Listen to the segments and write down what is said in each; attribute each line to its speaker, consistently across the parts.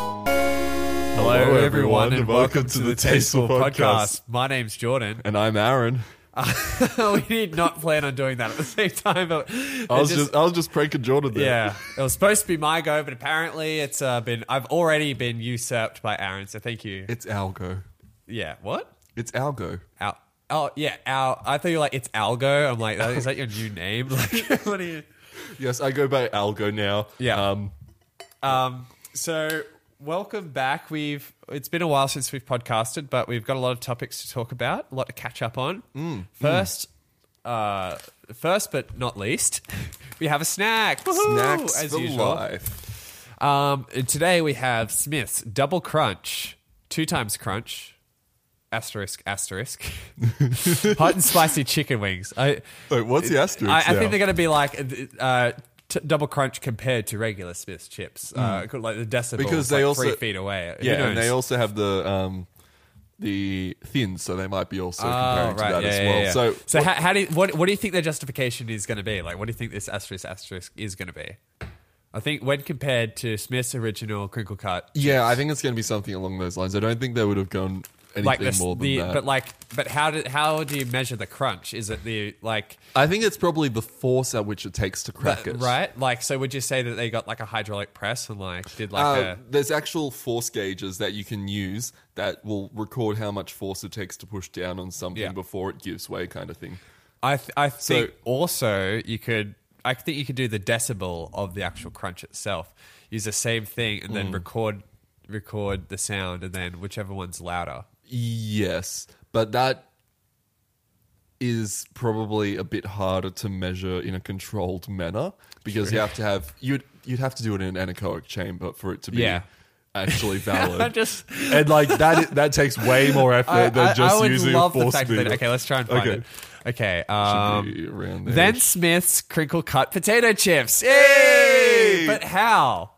Speaker 1: Hello,
Speaker 2: everyone,
Speaker 1: everyone,
Speaker 2: and
Speaker 1: and welcome to the Tasteful Podcast. My name's Jordan.
Speaker 2: And I'm Aaron.
Speaker 1: we did not plan on doing that at the same time, but
Speaker 2: I was
Speaker 1: it
Speaker 2: just, I was just pranking Jordan there.
Speaker 1: oh, yeah, it was supposed to be my go, but apparently it's uh, been I've already been usurped by Aaron. So thank you.
Speaker 2: It's algo.
Speaker 1: Yeah, what?
Speaker 2: It's algo.
Speaker 1: Al- oh yeah, Al. I thought you were like it's Algo. I'm like, that- is that your new name? Like, what are you?
Speaker 2: Yes, I go by algo now.
Speaker 1: Yeah.
Speaker 2: Um,
Speaker 1: Um, so welcome back. We've it's been a while since we've podcasted, but we've got a lot of topics to talk about, a lot to catch up on. First, Uh, first but not least, we have a snack. Woohoo!
Speaker 2: snacks
Speaker 1: as
Speaker 2: for
Speaker 1: usual.
Speaker 2: life.
Speaker 1: Um, and today we have Smith's Double Crunch, two times crunch, asterisk asterisk, hot and spicy chicken wings. I
Speaker 2: Wait, what's the asterisk?
Speaker 1: I, I
Speaker 2: now?
Speaker 1: think they're going to be like uh, t- double crunch compared to regular Smith's chips, uh, could- like the decibel
Speaker 2: Mm. Because
Speaker 1: is
Speaker 2: they
Speaker 1: like
Speaker 2: also-
Speaker 1: three feet away. Who
Speaker 2: yeah,
Speaker 1: knows?
Speaker 2: and they also have the um, the thins, so they might be also
Speaker 1: Oh,
Speaker 2: comparing to
Speaker 1: right,
Speaker 2: that
Speaker 1: yeah,
Speaker 2: as
Speaker 1: yeah,
Speaker 2: well.
Speaker 1: yeah.
Speaker 2: So,
Speaker 1: so how, how do you, what what do you think their justification is going to be? Like, what do you think this asterisk asterisk is going to be? I think when compared to Smith's original crinkle cut,
Speaker 2: yeah, I think it's going to be something along those lines. I don't think they would have gone anything
Speaker 1: like this,
Speaker 2: more than
Speaker 1: the
Speaker 2: that.
Speaker 1: but like but how do how do you measure the crunch? Is it the like
Speaker 2: I think it's probably the force at which it takes to crack it.
Speaker 1: right like so? Would you say that they got like a hydraulic press and like did like
Speaker 2: Uh,
Speaker 1: a
Speaker 2: there's actual force gauges that you can use that will record how much force it takes to push down on something
Speaker 1: Yeah.
Speaker 2: before it gives way, kind of thing.
Speaker 1: I th- I think
Speaker 2: So-
Speaker 1: also you could I think you could do the decibel of the actual crunch itself. Use the same thing and
Speaker 2: Mm.
Speaker 1: then record record the sound and then whichever one's louder.
Speaker 2: Yes, but that is probably a bit harder to measure in a controlled manner because you have to have you'd you'd have to do it in an anechoic chamber for it to be
Speaker 1: Yeah.
Speaker 2: actually
Speaker 1: I
Speaker 2: valid.
Speaker 1: just
Speaker 2: and like that that takes way more effort
Speaker 1: I,
Speaker 2: than
Speaker 1: I-
Speaker 2: just
Speaker 1: I would
Speaker 2: using
Speaker 1: love
Speaker 2: a force
Speaker 1: the fact
Speaker 2: meter.
Speaker 1: that okay, let's try and find
Speaker 2: Okay.
Speaker 1: it. Okay,
Speaker 2: Should
Speaker 1: um,
Speaker 2: be around there.
Speaker 1: then Smith's crinkle cut potato chips. Yay!
Speaker 2: Yay!
Speaker 1: But how?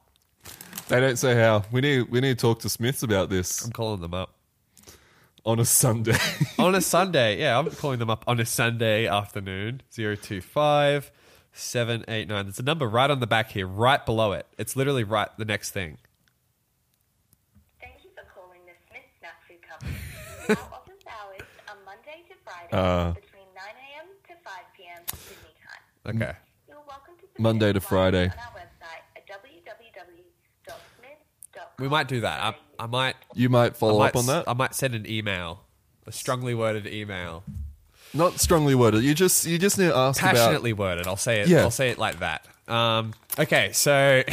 Speaker 2: they don't say how. We need we need to talk to Smiths about this
Speaker 1: I'm calling them up
Speaker 2: on a Sunday.
Speaker 1: on a Sunday. Yeah, I'm calling them up on a Sunday afternoon. 025 789. There's a number right on the back here, right below it. It's literally right the next thing.
Speaker 3: Thank you for calling the Smith Snack Food Company. Our office hours are Monday to Friday
Speaker 2: Uh,
Speaker 3: between 9 a.m. to 5 p.m. Sydney time.
Speaker 2: Mm.
Speaker 1: Okay.
Speaker 3: You're welcome to submit
Speaker 2: Monday to Friday.
Speaker 3: inquiries on our website at www.smith.com.
Speaker 1: We might do that. I, I might
Speaker 2: you might follow
Speaker 1: might
Speaker 2: up on
Speaker 1: s-
Speaker 2: that.
Speaker 1: I might send an email, a strongly worded email,
Speaker 2: Not strongly worded. You just you just need to ask about
Speaker 1: passionately worded. I'll say it.
Speaker 2: Yeah.
Speaker 1: I'll say it like that. Um, okay, so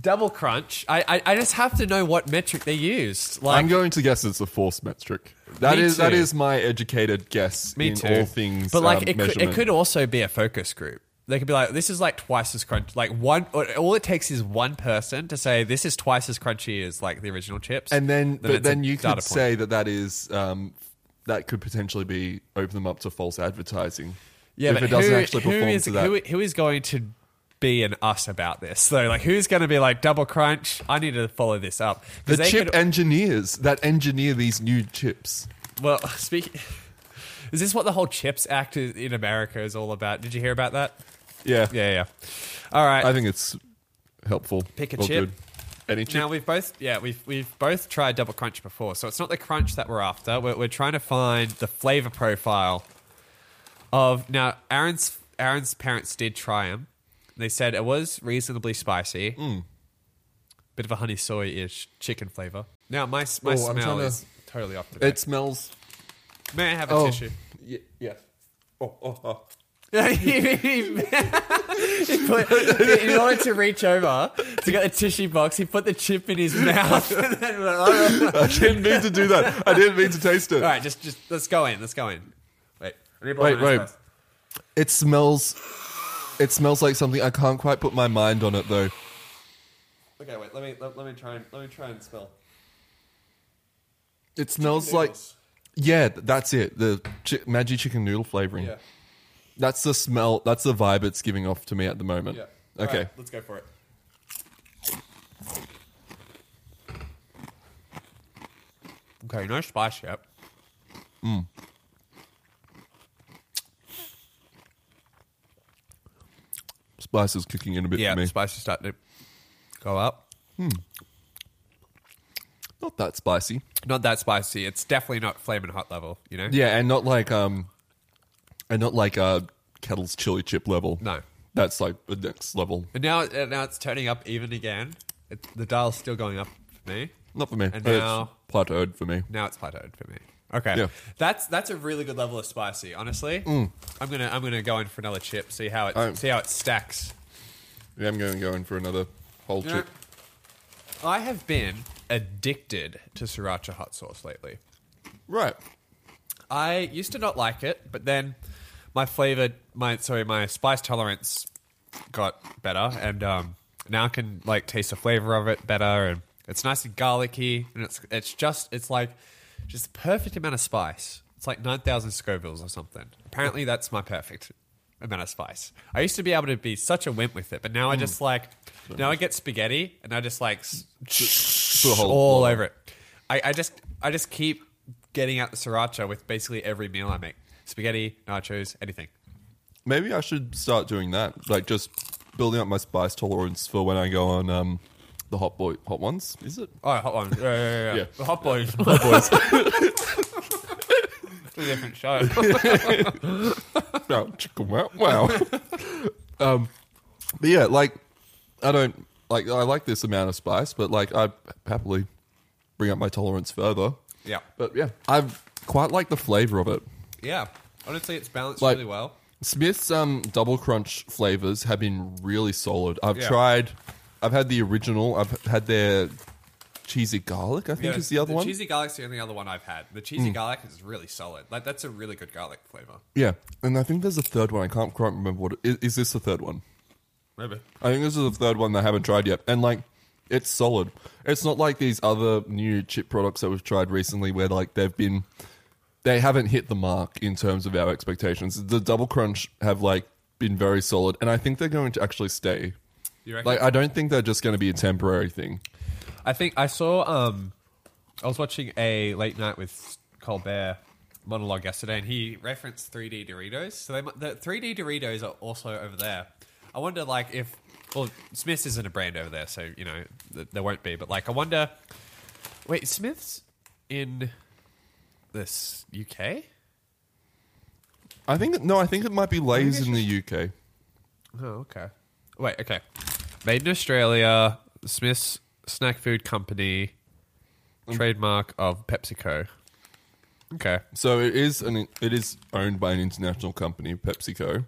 Speaker 1: double crunch. I, I I just have to know what metric they used. Like
Speaker 2: I'm going to guess it's a force metric. That
Speaker 1: Me
Speaker 2: is that
Speaker 1: too.
Speaker 2: is my educated guess
Speaker 1: Me
Speaker 2: in
Speaker 1: too.
Speaker 2: all things.
Speaker 1: but like
Speaker 2: um,
Speaker 1: it, could, it
Speaker 2: measurement.
Speaker 1: could also be a focus group. They could be like, this is like twice as crunchy. Like one, all it takes is one person to say this is twice as crunchy as like the original chips,
Speaker 2: and then, but
Speaker 1: it's a
Speaker 2: then you
Speaker 1: data
Speaker 2: could
Speaker 1: point.
Speaker 2: say that that is um, that could potentially be open them up to false advertising.
Speaker 1: yeah,
Speaker 2: if
Speaker 1: but
Speaker 2: it doesn't
Speaker 1: who-
Speaker 2: actually
Speaker 1: who
Speaker 2: perform
Speaker 1: is-
Speaker 2: to that.
Speaker 1: who- who is going to be an us about this though? Like, who's going to be like double crunch? I need to follow this up. 'Cause
Speaker 2: the
Speaker 1: they
Speaker 2: chip
Speaker 1: could-
Speaker 2: engineers that engineer these new chips.
Speaker 1: well, speak. Is this what the whole Chips Act is- in America is all about? Did you hear about that?
Speaker 2: Yeah,
Speaker 1: Yeah, yeah. All right.
Speaker 2: I think it's helpful.
Speaker 1: Pick a
Speaker 2: Well,
Speaker 1: chip.
Speaker 2: good. Any chip.
Speaker 1: Now we've both yeah we've we've both tried double crunch before, so it's not the crunch that we're after. We're, we're trying to find the flavor profile of now. Aaron's Aaron's parents did try them. They said it was reasonably spicy, bit of a honey soy ish chicken flavor. Now my s- my
Speaker 2: Oh, I'm
Speaker 1: smell
Speaker 2: trying to-
Speaker 1: is totally off today.
Speaker 2: it smells.
Speaker 1: May I have a
Speaker 2: oh.
Speaker 1: tissue?
Speaker 2: Yeah. yeah. Oh, oh, oh.
Speaker 1: he put, in order to reach over to get the tissue box, he put the chip in his mouth. and then-
Speaker 2: I didn't mean to do that. I didn't mean to taste it.
Speaker 1: All right, just just let's go in. Let's go in. Wait, I need to blow
Speaker 2: Wait,
Speaker 1: my nose
Speaker 2: wait.
Speaker 1: first.
Speaker 2: It smells. It smells like something I can't quite put my mind on it though.
Speaker 1: Okay, wait. Let me let, let me try and let me try and smell.
Speaker 2: It smells like.
Speaker 1: noodles.
Speaker 2: Yeah, th- that's it. The chi- Maggi chicken noodle flavoring.
Speaker 1: Yeah,
Speaker 2: That's the smell. That's the vibe it's giving off to me at the moment.
Speaker 1: yeah. All
Speaker 2: Okay.
Speaker 1: right, let's go for it. Okay, no spice yet.
Speaker 2: spice is kicking in a bit
Speaker 1: Yeah,
Speaker 2: for me.
Speaker 1: the spice is starting to go up.
Speaker 2: not that spicy.
Speaker 1: Not that spicy. It's definitely not flaming hot level, you know?
Speaker 2: Yeah, and not like um, and not like uh, kettle's chili chip level.
Speaker 1: No.
Speaker 2: that's like the next level.
Speaker 1: And now, and now it's turning up even again. It, the dial's still going up for me.
Speaker 2: Not for me.
Speaker 1: And
Speaker 2: It's
Speaker 1: now-
Speaker 2: plateaued for me.
Speaker 1: Now it's plateaued for me. Okay,
Speaker 2: Yeah. Mm.
Speaker 1: that's that's a really good level of spicy. Honestly, I'm gonna I'm gonna go in for another chip. See how it
Speaker 2: Oh.
Speaker 1: see how it stacks.
Speaker 2: Yeah, I'm going to go in for another whole
Speaker 1: You know,
Speaker 2: chip.
Speaker 1: I have been addicted to sriracha hot sauce lately.
Speaker 2: Right.
Speaker 1: I used to not like it, but then my flavor, my sorry, my spice tolerance got better, and um, now I can like taste the flavor of it better, and it's nice and garlicky, and it's it's just it's like just the perfect amount of spice. It's like nine thousand scovilles or something. Apparently, that's my perfect amount of spice. I used to be able to be such a wimp with it, but now I just like now I get spaghetti and I just like s-
Speaker 2: Mm. a whole
Speaker 1: all
Speaker 2: lot.
Speaker 1: over it. I, I just I just keep getting out the sriracha with basically every meal I make: spaghetti, nachos, anything.
Speaker 2: Maybe I should start doing that. Like just building up my spice tolerance for when I go on um, the hot boy hot ones. Is it?
Speaker 1: Oh, hot one. Yeah, yeah, yeah.
Speaker 2: Yeah.
Speaker 1: The hot boys. Hot boys. it's a different show.
Speaker 2: Wow, chicken wow, wow. um, but yeah, like I don't like I like this amount of spice, but like I happily bring up my tolerance further.
Speaker 1: yeah,
Speaker 2: But yeah, I quite like the flavor of it.
Speaker 1: yeah. Honestly, it's balanced
Speaker 2: Like-
Speaker 1: really well.
Speaker 2: Smith's um, double crunch flavors have been really solid. I've
Speaker 1: Yeah.
Speaker 2: tried, I've had the original. I've had their cheesy garlic. I think
Speaker 1: Yeah,
Speaker 2: is the other one. Hmm.
Speaker 1: Cheesy garlic's the only other one I've had. The cheesy garlic is really solid. Like that's a really good garlic flavor.
Speaker 2: yeah, and I think there's a third one. I can't quite remember what. It, is, is this the third one?
Speaker 1: Maybe.
Speaker 2: I think this is the third one that I haven't tried yet. And like, it's solid. It's not like these other new chip products that we've tried recently where like they've been, they haven't hit the mark in terms of our expectations. The Double Crunch have like been very solid. And I think they're going to actually stay.
Speaker 1: You reckon?
Speaker 2: Like, I don't think they're just going to be a temporary thing.
Speaker 1: I think I saw. Um, I was watching a late night with Colbert monologue yesterday, and he referenced 3D Doritos. So they, mu- the 3D Doritos are also over there. I wonder, like, if well, Smiths isn't a brand over there, so you know th- there won't be. But like, I wonder. Wait, Smiths in this UK?
Speaker 2: I think, no, I think it might be Lay's
Speaker 1: Maybe
Speaker 2: in the UK.
Speaker 1: Oh, okay. Wait, okay. Made in Australia, Smith's Snack Food Company, Mm. trademark of PepsiCo. Okay.
Speaker 2: So it is an, it is owned by an international company, PepsiCo.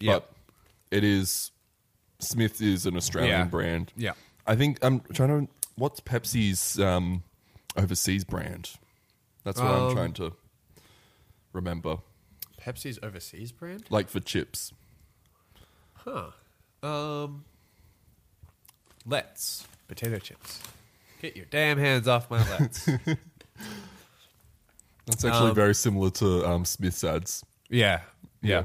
Speaker 1: Yep.
Speaker 2: But it is, Smith is an Australian
Speaker 1: Yeah.
Speaker 2: brand.
Speaker 1: Yeah.
Speaker 2: I think I'm trying to. What's Pepsi's um, overseas brand? That's what
Speaker 1: Um,
Speaker 2: I'm trying to remember.
Speaker 1: Pepsi's overseas brand?
Speaker 2: Like for chips,
Speaker 1: Huh. Um Let's potato chips. Get your damn hands off my let's.
Speaker 2: that's actually
Speaker 1: Um,
Speaker 2: very similar to um, Smith's ads.
Speaker 1: yeah. Yeah.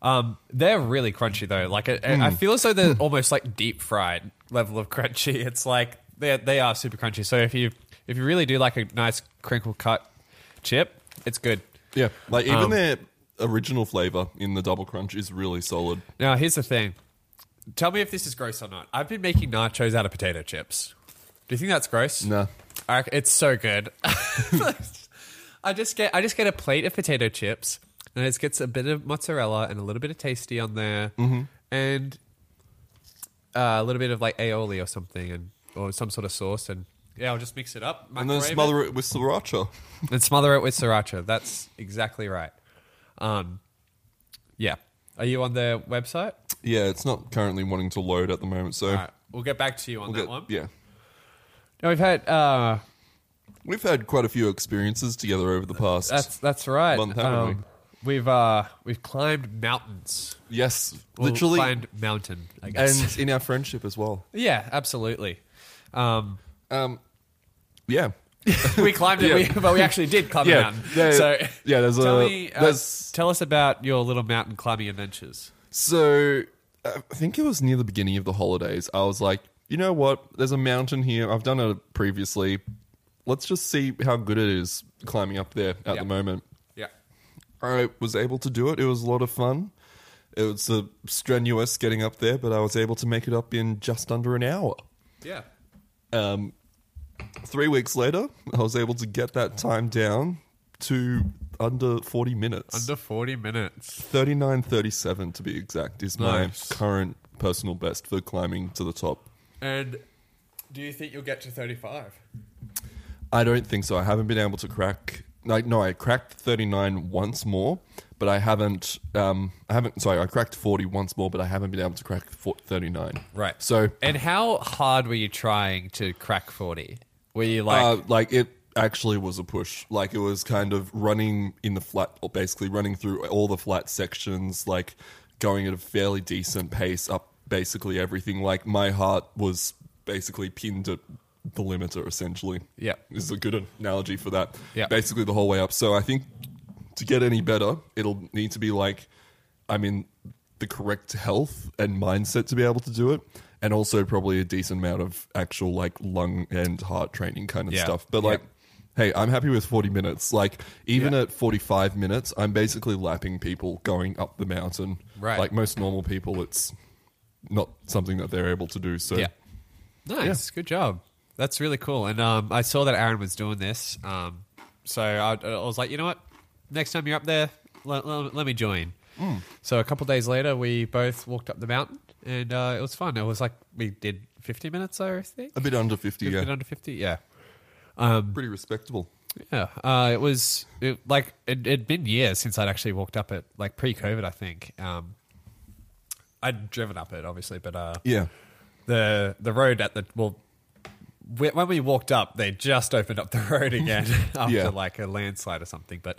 Speaker 1: Um they're really crunchy though. Like it, I feel as though they're almost like deep fried level of crunchy. It's like they they are super crunchy. So if you if you really do like a nice crinkle cut chip, it's good.
Speaker 2: yeah, yeah. Like even
Speaker 1: Um,
Speaker 2: their original flavor in the double crunch is really solid.
Speaker 1: Now, here's the thing. Tell me if this is gross or not. I've been making nachos out of potato chips. Do you think that's gross?
Speaker 2: Nah.
Speaker 1: I reckon- it's so good. I just get I just get a plate of potato chips, and it gets a bit of mozzarella and a little bit of tasty on there,
Speaker 2: Mm-hmm.
Speaker 1: and uh, a little bit of like aioli or something, and or some sort of sauce, and yeah, I'll just mix it up,
Speaker 2: And then
Speaker 1: microwave it
Speaker 2: smother it with sriracha.
Speaker 1: and smother it with sriracha. That's exactly right. Um, yeah. Are you on their website?
Speaker 2: Yeah, it's not currently wanting to load at the moment, so
Speaker 1: All right, we'll get back to you on
Speaker 2: we'll
Speaker 1: that
Speaker 2: get-
Speaker 1: one.
Speaker 2: yeah.
Speaker 1: No, we've had uh,
Speaker 2: We've had quite a few experiences together over the past.
Speaker 1: that's that's right. Um,
Speaker 2: One time, haven't
Speaker 1: we've uh, we've climbed mountains.
Speaker 2: yes,
Speaker 1: We'll
Speaker 2: literally,
Speaker 1: climbed mountain. I guess.
Speaker 2: and in our friendship as well.
Speaker 1: yeah, absolutely. Um,
Speaker 2: Um, yeah,
Speaker 1: we climbed it,
Speaker 2: Yeah.
Speaker 1: we, but we actually did climb a
Speaker 2: Yeah.
Speaker 1: mountain.
Speaker 2: Yeah, yeah.
Speaker 1: so
Speaker 2: Yeah, there's
Speaker 1: tell
Speaker 2: a-
Speaker 1: me, uh,
Speaker 2: there's-
Speaker 1: tell us about your little mountain climbing adventures.
Speaker 2: So uh, I think it was near the beginning of the holidays. I was like, you know what? There's a mountain here. I've done it previously. Let's just see how good it is climbing up there at
Speaker 1: Yeah.
Speaker 2: the moment.
Speaker 1: Yeah,
Speaker 2: I was able to do it. It was a lot of fun. It was uh, strenuous getting up there, but I was able to make it up in just under an hour.
Speaker 1: Yeah.
Speaker 2: Um, three weeks later, I was able to get that time down to under 40 minutes.
Speaker 1: Under 40 minutes.
Speaker 2: 39.37 to be exact is my
Speaker 1: Nice.
Speaker 2: current personal best for climbing to the top.
Speaker 1: And do you think you'll get to 35?
Speaker 2: I don't think so. I haven't been able to crack. Like no, I cracked thirty nine once more, but I haven't. Um, I haven't. Sorry, I cracked forty once more, but I haven't been able to crack thirty nine.
Speaker 1: Right.
Speaker 2: So,
Speaker 1: And how hard were you trying to crack 40? Were you like,
Speaker 2: uh, like it actually was a push. Like it was kind of running in the flat, or basically running through all the flat sections, like going at a fairly decent pace up basically everything. Like my heart was basically pinned at the limiter, essentially.
Speaker 1: Yeah.
Speaker 2: is a good analogy for that.
Speaker 1: Yeah.
Speaker 2: Basically the whole way up. So I think to get any better, it'll need to be like I'm in the correct health and mindset to be able to do it. And also probably a decent amount of actual like lung and heart training kind of
Speaker 1: Yeah.
Speaker 2: stuff. But
Speaker 1: Yeah.
Speaker 2: like hey, I'm happy with 40 minutes. Like even
Speaker 1: Yeah.
Speaker 2: at 45 minutes, I'm basically lapping people going up the mountain.
Speaker 1: Right.
Speaker 2: Like most normal people it's not something that they're able to do. So
Speaker 1: yeah. Nice. Good job. That's really cool. And um, I saw that Aaron was doing this. Um, so I, I was like, you know what? Next time you're up there, let, let, let me join. So a couple days later, we both walked up the mountain and uh, it was fun. It was like we did 50 minutes, I think.
Speaker 2: a bit under 50,
Speaker 1: A
Speaker 2: Uh, yeah.
Speaker 1: bit under 50. Yeah.
Speaker 2: Pretty respectable.
Speaker 1: Yeah, uh, it was it, like it had been years since I'd actually walked up it, like pre-COVID, I think. Um, I'd driven up it, obviously, but uh,
Speaker 2: Yeah.
Speaker 1: the the road at the well, whe- when we walked up, they just opened up the road again after
Speaker 2: Yeah.
Speaker 1: like a landslide or something. But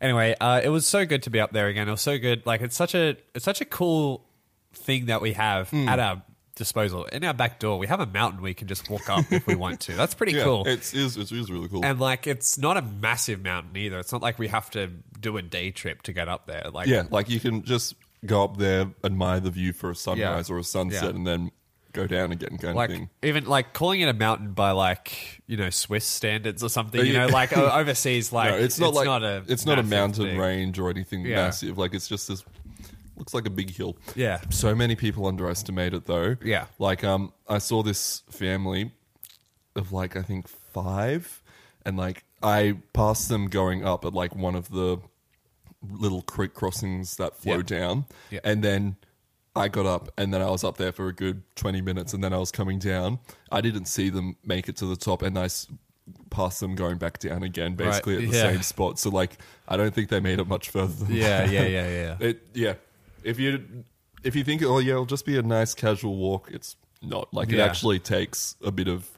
Speaker 1: anyway, uh, it was so good to be up there again. It was so good. Like it's such a it's such a cool thing that we have
Speaker 2: Hmm.
Speaker 1: at our disposal in our back door. We have a mountain we can just walk up if we want to. That's pretty
Speaker 2: Yeah,
Speaker 1: cool.
Speaker 2: It's is it's, it's really cool.
Speaker 1: And like, it's not a massive mountain either. It's not like we have to do a day trip to get up there. Like,
Speaker 2: yeah, like you can just go up there, admire the view for a sunrise or a sunset,
Speaker 1: Yeah.
Speaker 2: and then go down again, kind
Speaker 1: like
Speaker 2: of thing.
Speaker 1: even like calling it a mountain by like you know Swiss standards or something. You
Speaker 2: Yeah.
Speaker 1: know, like o- overseas, like
Speaker 2: no, it's not like
Speaker 1: a
Speaker 2: it's not a
Speaker 1: massive
Speaker 2: mountain
Speaker 1: thing.
Speaker 2: range or anything
Speaker 1: Yeah.
Speaker 2: massive. Like it's just this looks like a big hill.
Speaker 1: Yeah.
Speaker 2: So many people underestimate it though.
Speaker 1: Yeah.
Speaker 2: Like um I saw this family of like I think 5 and like I passed them going up at like one of the little creek crossings that flow
Speaker 1: Yeah.
Speaker 2: down
Speaker 1: Yeah.
Speaker 2: and then I got up and then I was up there for a good 20 minutes and then I was coming down. I didn't see them make it to the top and I s- passed them going back down again basically at the
Speaker 1: yeah.
Speaker 2: same spot. So like, I don't think they made it much further. Than
Speaker 1: Yeah,
Speaker 2: that.
Speaker 1: yeah, yeah, yeah.
Speaker 2: It, yeah. If you if you think, oh yeah, it'll just be a nice casual walk, it's not. Like it
Speaker 1: Yeah.
Speaker 2: actually takes a bit of.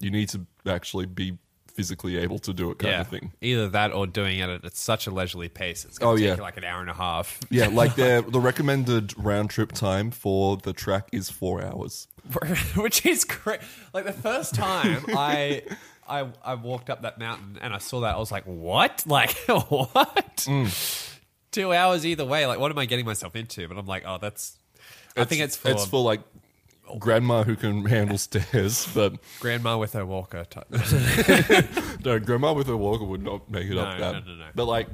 Speaker 2: You need to actually be physically able to do it, kind
Speaker 1: Yeah,
Speaker 2: of thing.
Speaker 1: either that or doing it at such a leisurely pace. It's
Speaker 2: Oh,
Speaker 1: gonna take
Speaker 2: yeah.
Speaker 1: you like an hour and a half.
Speaker 2: Yeah, like the the recommended round trip time for the track is four hours.
Speaker 1: which is great. Like the first time I, I, I walked up that mountain and I saw that, I was like, "What? Like what?
Speaker 2: Mm.
Speaker 1: Two hours either way? Like what am I getting myself into?" But I'm like, "Oh, that's." I think it's for,
Speaker 2: it's for like grandma who can handle stairs, but
Speaker 1: grandma with her walker. Type.
Speaker 2: no, grandma with her walker would not make it up
Speaker 1: No,
Speaker 2: that.
Speaker 1: no, no, no.
Speaker 2: But like,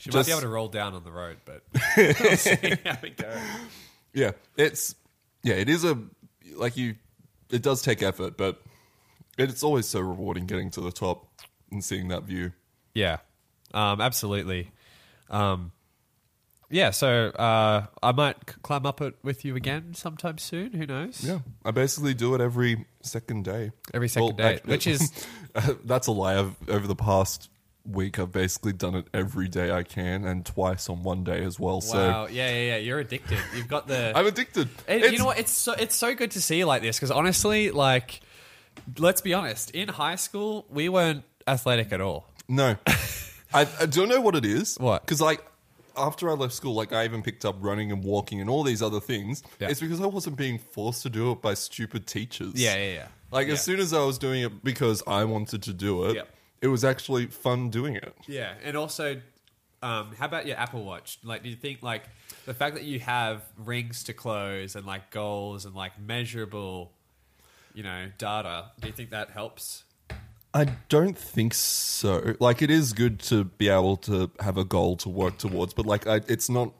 Speaker 1: She might
Speaker 2: Just-
Speaker 1: be able to roll down on the road, but we'll see how we go.
Speaker 2: Yeah, it's yeah, it is a like you. It does take effort, but it's always so rewarding getting to the top and seeing that view.
Speaker 1: Yeah, um, absolutely. Um, yeah, so uh, I might c- climb up it with you again sometime soon. Who knows?
Speaker 2: Yeah, I basically do it every second day. uh,
Speaker 1: Every second day, which is-
Speaker 2: that's a lie. I've, over the past week, I've basically done it every day I can, and twice on one day as well.
Speaker 1: Wow.
Speaker 2: So
Speaker 1: yeah, yeah, yeah. You're addicted. You've got the.
Speaker 2: I'm addicted.
Speaker 1: And you
Speaker 2: It's-
Speaker 1: know what? It's so it's so good to see you like this because honestly, like, let's be honest. In high school, we weren't athletic at all.
Speaker 2: No, I, I don't know what it is.
Speaker 1: What?
Speaker 2: Because like after I left school, like I even picked up running and walking and all these other things.
Speaker 1: Yeah.
Speaker 2: It's because I wasn't being forced to do it by stupid teachers.
Speaker 1: Yeah, yeah, yeah.
Speaker 2: Like
Speaker 1: Yeah.
Speaker 2: as soon as I was doing it because I wanted to do it,
Speaker 1: Yeah.
Speaker 2: it was actually fun doing it.
Speaker 1: Yeah, and also, um, how about your Apple Watch? Like, do you think like the fact that you have rings to close and like goals and like measurable, you know, data? Do you think that helps?
Speaker 2: I don't think so. Like, it is good to be able to have a goal to work towards, but like, I, it's not.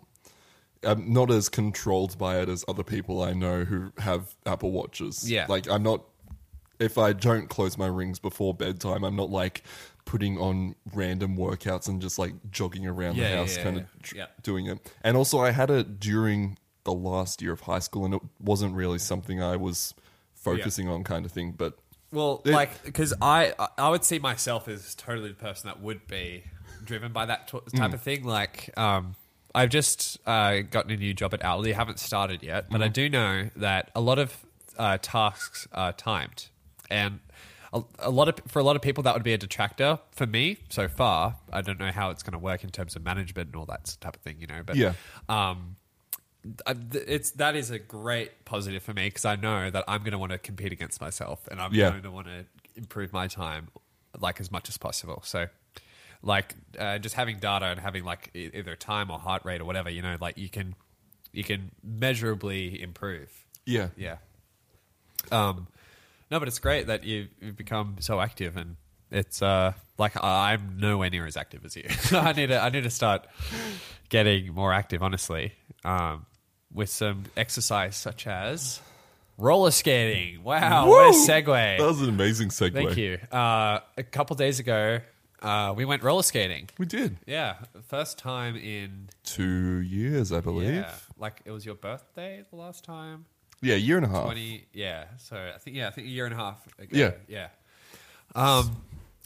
Speaker 2: I'm not as controlled by it as other people I know who have Apple Watches.
Speaker 1: Yeah.
Speaker 2: Like I'm not if I don't close my rings before bedtime, I'm not like putting on random workouts and just like jogging around
Speaker 1: Yeah,
Speaker 2: the
Speaker 1: yeah,
Speaker 2: house
Speaker 1: yeah,
Speaker 2: kind of
Speaker 1: yeah. Yeah.
Speaker 2: doing it. And also I had it during the last year of high school and it wasn't really something I was focusing on kind of thing, but
Speaker 1: Well,
Speaker 2: It-
Speaker 1: like because I I- I would see myself as totally the person that would be driven by that t- type of thing. Like, um, I've just uh, gotten a new job at Aldi. Haven't started yet, but I do know that a lot of uh, tasks are timed, and a, a lot of for a lot of people that would be a detractor. For me, so far, I don't know how it's going to work in terms of management and all that type of thing. You know, but
Speaker 2: Yeah.
Speaker 1: Um, I- th- it's that is a great positive for me because I know that I'm going to want to compete against myself and I'm
Speaker 2: Yeah.
Speaker 1: going to want to improve my time like as much as possible. So, like uh, just having data and having like e- either time or heart rate or whatever, you know, like you can you can measurably improve.
Speaker 2: yeah.
Speaker 1: Yeah. Um, no, but it's great that you, you've become so active and it's uh like I- I'm nowhere near as active as you. I need to I need to start getting more active, honestly. Um, with some exercise such as roller skating. Wow, Oh, what a
Speaker 2: Woo!
Speaker 1: segue.
Speaker 2: That was an amazing segue.
Speaker 1: Thank you. Uh, a couple days ago, uh, we went roller skating.
Speaker 2: We did.
Speaker 1: Yeah, first time in
Speaker 2: Two years, I believe.
Speaker 1: yeah,
Speaker 2: Yeah,
Speaker 1: like it was your birthday the last time.
Speaker 2: year and a half.
Speaker 1: 20 yeah so i think yeah i think a year and a half ago.
Speaker 2: Yeah.
Speaker 1: yeah um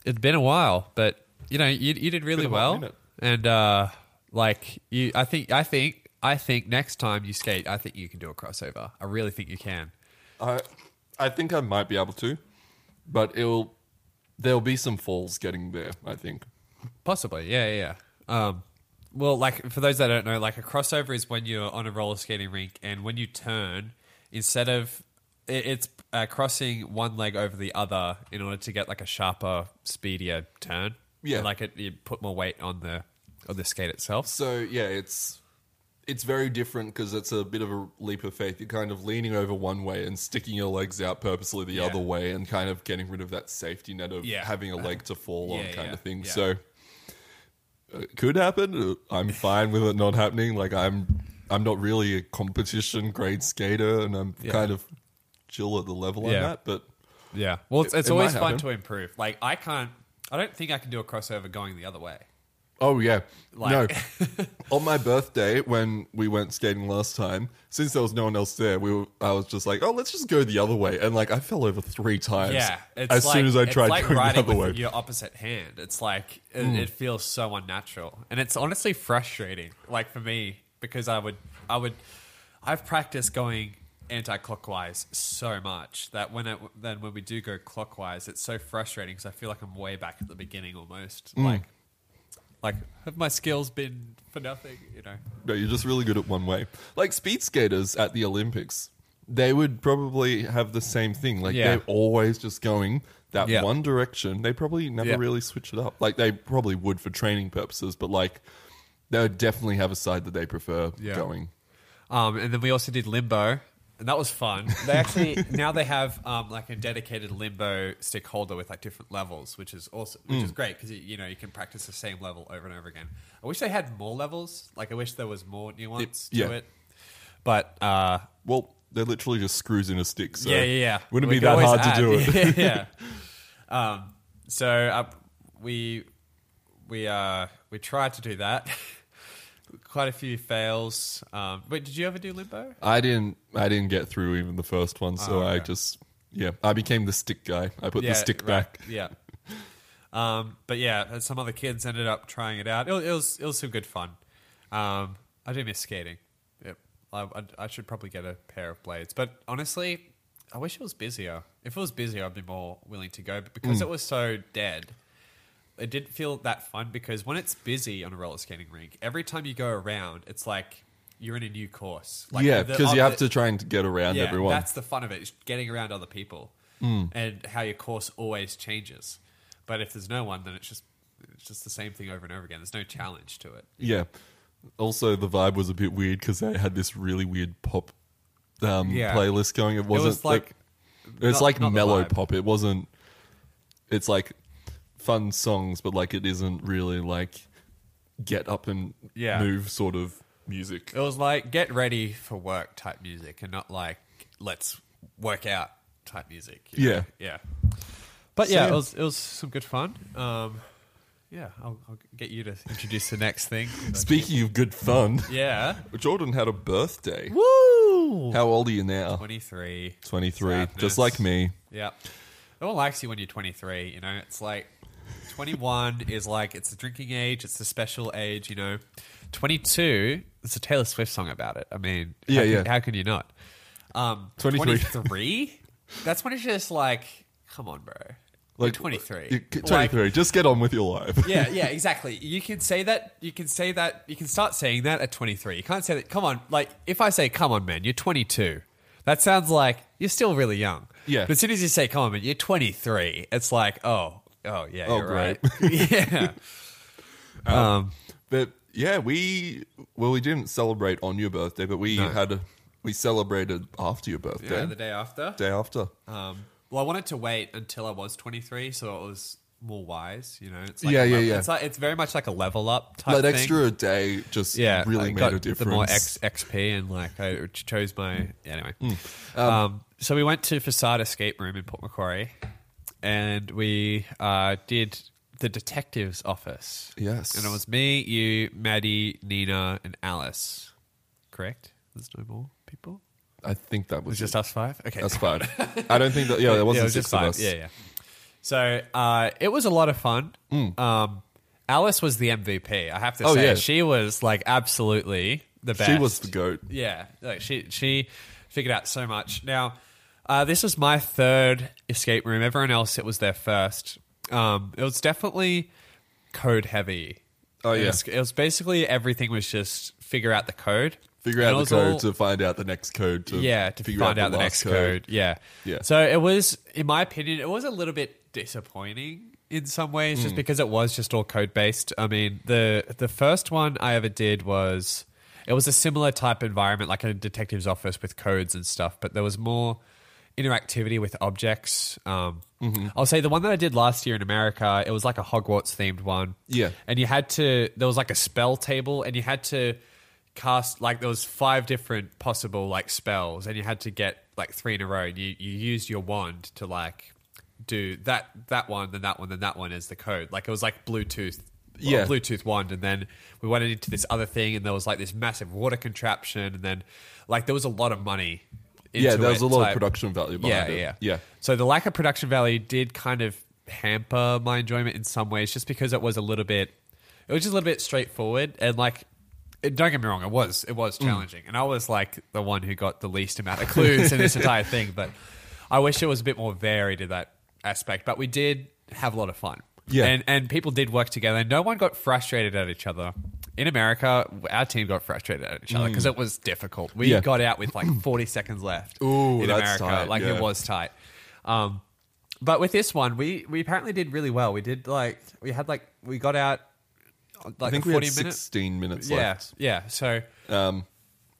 Speaker 1: it's been a while but you know you, you did really
Speaker 2: a
Speaker 1: well
Speaker 2: while, hasn't it?
Speaker 1: and uh like you i think i think i think next time you skate i think you can do a crossover i really think you can
Speaker 2: I I think I might be able to, but it'll there'll be some falls getting there. I think.
Speaker 1: Possibly, yeah, yeah. yeah. Um, well, like for those that don't know, like a crossover is when you're on a roller skating rink and when you turn, instead of it, it's uh, crossing one leg over the other in order to get like a sharper, speedier turn.
Speaker 2: Yeah.
Speaker 1: like it, you put more weight on the on the skate itself.
Speaker 2: So yeah, it's it's very different because it's a bit of a leap of faith. You're kind of leaning over one way and sticking your legs out purposely the other way, and kind of getting rid of that safety net of
Speaker 1: Yeah.
Speaker 2: having a leg to fall on,
Speaker 1: Yeah,
Speaker 2: kind
Speaker 1: yeah,
Speaker 2: of thing.
Speaker 1: yeah.
Speaker 2: So it could happen. Uh, I'm fine with it not happening. Like I'm I'm not really a competition grade skater, and I'm kind of chill at the level I'm
Speaker 1: Yeah.
Speaker 2: at. But
Speaker 1: Yeah, well, it's, it's
Speaker 2: it might
Speaker 1: always fun
Speaker 2: happen.
Speaker 1: to improve. Like I can't, I don't think I can do a crossover going the other way.
Speaker 2: Oh yeah.
Speaker 1: Like-
Speaker 2: no. on my birthday when we went skating last time, since there was no one else there, we were, I was just like, "Oh, let's just go the other way." And like I fell over 3 times.
Speaker 1: Yeah, it's
Speaker 2: as
Speaker 1: like,
Speaker 2: soon as I tried
Speaker 1: it's like
Speaker 2: going the
Speaker 1: riding
Speaker 2: other way.
Speaker 1: with your opposite hand. It's like it,
Speaker 2: Hmm.
Speaker 1: it feels so unnatural, and it's honestly frustrating. Like for me, because I would, I would, I've practiced going anti-clockwise so much that when it, then when we do go clockwise, it's so frustrating because I feel like I'm way back at the beginning almost.
Speaker 2: Hmm.
Speaker 1: Like, like have my skills been for nothing? You know.
Speaker 2: No, you're just really good at one way. Like speed skaters at the Olympics, they would probably have the same thing. Like
Speaker 1: Yeah.
Speaker 2: they're always just going that
Speaker 1: Yeah.
Speaker 2: one direction. They probably never
Speaker 1: Yeah.
Speaker 2: really switch it up. Like they probably would for training purposes, but like they would definitely have a side that they prefer
Speaker 1: Yeah.
Speaker 2: going.
Speaker 1: Um, and then we also did limbo, and that was fun. They actually now they have um, like a dedicated limbo stick holder with like different levels, which is also which
Speaker 2: Mm.
Speaker 1: is great because you, you know you can practice the same level over and over again. I wish they had more levels. Like I wish there was more nuance
Speaker 2: yeah.
Speaker 1: to it. But uh,
Speaker 2: Well, they're literally just screws in a stick. So
Speaker 1: yeah, yeah, yeah.
Speaker 2: Wouldn't
Speaker 1: We
Speaker 2: be
Speaker 1: could
Speaker 2: that
Speaker 1: always
Speaker 2: hard
Speaker 1: add.
Speaker 2: to do it.
Speaker 1: yeah, yeah. Um, so uh, we we uh, we tried to do that. Quite a few fails. Um, wait, did you ever do limbo?
Speaker 2: I didn't. I didn't get through even the first one, so
Speaker 1: Oh,
Speaker 2: I
Speaker 1: okay.
Speaker 2: just yeah. I became the stick guy. I put the stick
Speaker 1: right,
Speaker 2: back.
Speaker 1: Yeah. Um, but yeah, and some other kids ended up trying it out. It, wa- it was it was some good fun. Um, I do miss skating. Yep. I, I, I should probably get a pair of blades, but honestly, I wish it was busier. If it was busier, I'd be more willing to go. But
Speaker 2: Mm.
Speaker 1: because it was so dead, it didn't feel that fun. Because when it's busy on a roller skating rink, every time you go around, it's like you're in a new course. Like
Speaker 2: yeah,
Speaker 1: the
Speaker 2: because you have
Speaker 1: other-
Speaker 2: to try and get around
Speaker 1: yeah,
Speaker 2: everyone. Hmm.
Speaker 1: That's the fun of it, is getting around other people and how your course always changes. But if there's no one, then it's just it's just the same thing over and over again. There's no challenge to it.
Speaker 2: Yeah. Also, the vibe was a bit weird because they had this really weird pop um,
Speaker 1: Yeah.
Speaker 2: playlist going. It wasn't
Speaker 1: was like-
Speaker 2: it was
Speaker 1: not-
Speaker 2: like
Speaker 1: not the
Speaker 2: mellow
Speaker 1: vibe.
Speaker 2: pop. It wasn't. It's like fun songs, but like it isn't really like get up and
Speaker 1: Yeah.
Speaker 2: move sort of music.
Speaker 1: It was like get ready for work type music, and not like let's work out type music. you know? yeah. But
Speaker 2: So,
Speaker 1: yeah,
Speaker 2: yeah.
Speaker 1: it was it was some good fun. Um, yeah, I'll, I'll get you to introduce the next thing.
Speaker 2: Speaking of good fun,
Speaker 1: Yeah.
Speaker 2: Jordan had a birthday.
Speaker 1: Woo.
Speaker 2: How old are you now?
Speaker 1: Twenty three.
Speaker 2: 23.
Speaker 1: Sadness.
Speaker 2: Just like me.
Speaker 1: Yeah. No one likes you when you're 23. You know, it's like 21 is like it's the drinking age, it's the special age. You know, 22. There's a Taylor Swift song about it. I mean, how
Speaker 2: Yeah,
Speaker 1: can-
Speaker 2: yeah.
Speaker 1: How can you not? Um,
Speaker 2: 23.
Speaker 1: 23? That's when it's just like, come on, bro.
Speaker 2: Like uh,
Speaker 1: Like 23.
Speaker 2: you-
Speaker 1: Like,
Speaker 2: 23. just get on with your life.
Speaker 1: yeah, yeah, exactly. You can say that. You can say that. You can start saying that at 23. You can't say that. Come on, like if I say, "Come on, man, you're 22," that sounds like you're still really young.
Speaker 2: Yeah.
Speaker 1: But as soon as you say, "Come on, man, you're 23," it's like, oh, oh yeah,
Speaker 2: Oh,
Speaker 1: you're right. yeah. Um.
Speaker 2: But yeah, we well we didn't celebrate on your birthday, but we had a, we celebrated after your birthday.
Speaker 1: Yeah. The day after.
Speaker 2: day after.
Speaker 1: Um. Well, I wanted to wait until I was 23, so it was more wise. You know. It's
Speaker 2: Yeah,
Speaker 1: a
Speaker 2: yeah,
Speaker 1: level-
Speaker 2: yeah.
Speaker 1: It's like it's very much like a level up type.
Speaker 2: That
Speaker 1: thing.
Speaker 2: extra day just
Speaker 1: yeah,
Speaker 2: really
Speaker 1: I
Speaker 2: made
Speaker 1: got
Speaker 2: a difference.
Speaker 1: The more X, XP and like I ch- chose my anyway.
Speaker 2: Mm.
Speaker 1: um, so we went to Facade Escape Room in Port Macquarie, and we uh, did the detective's office.
Speaker 2: Yes.
Speaker 1: and it was me, you, Maddie, Nina, and Alice. Correct. There's no more people.
Speaker 2: I think that was,
Speaker 1: It's just
Speaker 2: it.
Speaker 1: us five. Okay,
Speaker 2: That's fine. I don't think that yeah, there wasn't
Speaker 1: it was
Speaker 2: six
Speaker 1: just
Speaker 2: of
Speaker 1: five.
Speaker 2: us.
Speaker 1: Yeah, yeah. So uh, it was a lot of fun. Um, Alice was the MVP. I have to
Speaker 2: Hmm. Oh,
Speaker 1: say,
Speaker 2: yeah.
Speaker 1: she was like absolutely the best.
Speaker 2: She was the goat.
Speaker 1: Yeah, like she she figured out so much. Now, uh, this was my third escape room. Everyone else, it was their first. Um, it was definitely code heavy.
Speaker 2: Oh,
Speaker 1: It
Speaker 2: yeah.
Speaker 1: was, it was basically everything was just figure out the code,
Speaker 2: Figure
Speaker 1: And it
Speaker 2: out the
Speaker 1: was
Speaker 2: code
Speaker 1: all-
Speaker 2: to find out the next code to
Speaker 1: yeah to
Speaker 2: figure
Speaker 1: find out the, next
Speaker 2: last
Speaker 1: code. Yeah,
Speaker 2: Yeah.
Speaker 1: So it was, in my opinion, it was a little bit disappointing in some ways,
Speaker 2: Hmm.
Speaker 1: just because it was just all code based. I mean the the first one I ever did was it was a similar type environment, like a detective's office with codes and stuff, but there was more interactivity with objects. Um,
Speaker 2: Mm-hmm.
Speaker 1: I'll say the one that I did last year in America, it was like a Hogwarts themed one.
Speaker 2: Yeah.
Speaker 1: And you had to there was like a spell table and you had to cast like there was five different possible like spells and you had to get like three in a row and you, you used your wand to like do that that one, then that one, then that one is the code. Like it was like Bluetooth well,
Speaker 2: Yeah.
Speaker 1: Bluetooth wand and then we went into this other thing and there was like this massive water contraption and then like there was a lot of money.
Speaker 2: Yeah,
Speaker 1: into
Speaker 2: there was
Speaker 1: it,
Speaker 2: a lot of
Speaker 1: type-
Speaker 2: production value
Speaker 1: yeah,
Speaker 2: behind it.
Speaker 1: yeah,
Speaker 2: Yeah.
Speaker 1: So the lack of production value did kind of hamper my enjoyment in some ways, just because it was a little bit, it was just a little bit straightforward and like. it- Don't get me wrong, it was it
Speaker 2: Mm.
Speaker 1: was challenging, and I was like the one who got the least amount of clues in this entire thing. But I wish it was a bit more varied in that aspect. But we did have a lot of fun,
Speaker 2: Yeah.
Speaker 1: and and people did work together. No one got frustrated at each other. In America, our team got frustrated at each other because it was difficult. We
Speaker 2: Mm. Yeah.
Speaker 1: got out with like forty seconds left
Speaker 2: Ooh,
Speaker 1: in
Speaker 2: that's
Speaker 1: America.
Speaker 2: tight,
Speaker 1: Like
Speaker 2: yeah.
Speaker 1: it was tight. Um, but with this one, we we apparently did really well. We did like we had like we got out uh, like
Speaker 2: I think
Speaker 1: a
Speaker 2: we had
Speaker 1: forty minutes.
Speaker 2: 16 minutes
Speaker 1: Yeah,
Speaker 2: left.
Speaker 1: yeah. So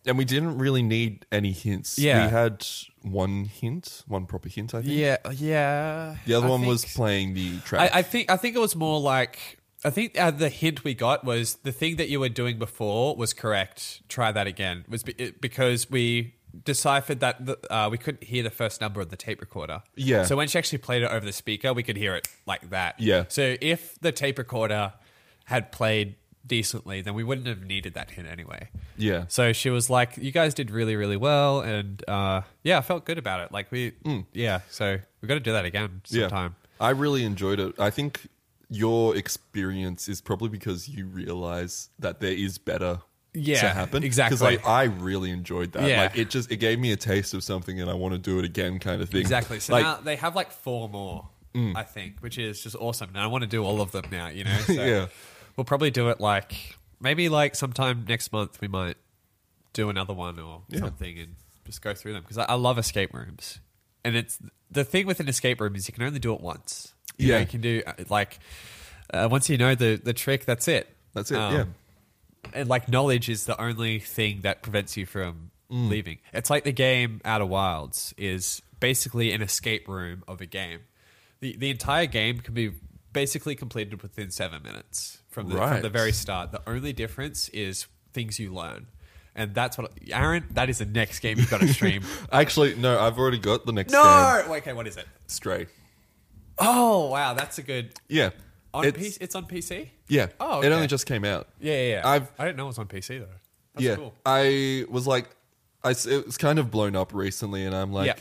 Speaker 2: And we didn't really need any hints.
Speaker 1: Yeah.
Speaker 2: We had one hint, one proper hint, I think.
Speaker 1: yeah, yeah.
Speaker 2: The other
Speaker 1: I
Speaker 2: one
Speaker 1: think-
Speaker 2: was playing the
Speaker 1: I,
Speaker 2: track.
Speaker 1: I think I think it was more like I think uh, the hint we got was the thing that you were doing before was correct. Try that again. Was be, it, because we deciphered that the, uh, we couldn't hear the first number of the tape recorder.
Speaker 2: Yeah.
Speaker 1: So when she actually played it over the speaker, we could hear it like that.
Speaker 2: Yeah.
Speaker 1: So if the tape recorder had played decently, then we wouldn't have needed that hint anyway.
Speaker 2: yeah.
Speaker 1: So she was like, "You guys did really, really well," and uh, yeah, I felt good about it. Like we,
Speaker 2: Mm.
Speaker 1: yeah. So we got to do that again sometime.
Speaker 2: I really enjoyed it. I think your experience is probably because you realize that there is better
Speaker 1: Yeah,
Speaker 2: to happen.
Speaker 1: exactly.
Speaker 2: Because like I really enjoyed that.
Speaker 1: Yeah.
Speaker 2: Like it just it gave me a taste of something and I want to do it again kind of thing.
Speaker 1: Exactly. So
Speaker 2: like, Mm.
Speaker 1: now they have like four more, I think, which is just awesome. And I want to do all of them now, you know? So
Speaker 2: Yeah.
Speaker 1: We'll probably do it like maybe like sometime next month we might do another one or
Speaker 2: Yeah.
Speaker 1: something and just go through them because I, I love escape rooms. And it's the thing with an escape room is you can only do it once. You know,
Speaker 2: Yeah.
Speaker 1: you can do uh, like uh, once you know the, the trick, that's it.
Speaker 2: that's it.
Speaker 1: Um,
Speaker 2: yeah.
Speaker 1: and like knowledge is the only thing that prevents you from leaving. It's like the game Outer Wilds is basically an escape room of a game. The the entire game can be basically completed within seven minutes from the, from
Speaker 2: Right.
Speaker 1: the very start. The only difference is things you learn. And that's what Aaron. That is the next game you've got to stream.
Speaker 2: Actually, no, I've already got the next game.
Speaker 1: no, okay, what is it?
Speaker 2: Stray.
Speaker 1: Oh wow, that's a good.
Speaker 2: Yeah.
Speaker 1: On
Speaker 2: It's-
Speaker 1: P- it's on PC.
Speaker 2: Yeah.
Speaker 1: Oh,
Speaker 2: It
Speaker 1: okay.
Speaker 2: only just came out.
Speaker 1: Yeah, yeah. yeah.
Speaker 2: I've-
Speaker 1: I didn't know it was on PC though. That's
Speaker 2: yeah.
Speaker 1: cool.
Speaker 2: I was like, I, s- it was kind of blown up recently, and I'm like,
Speaker 1: Yeah.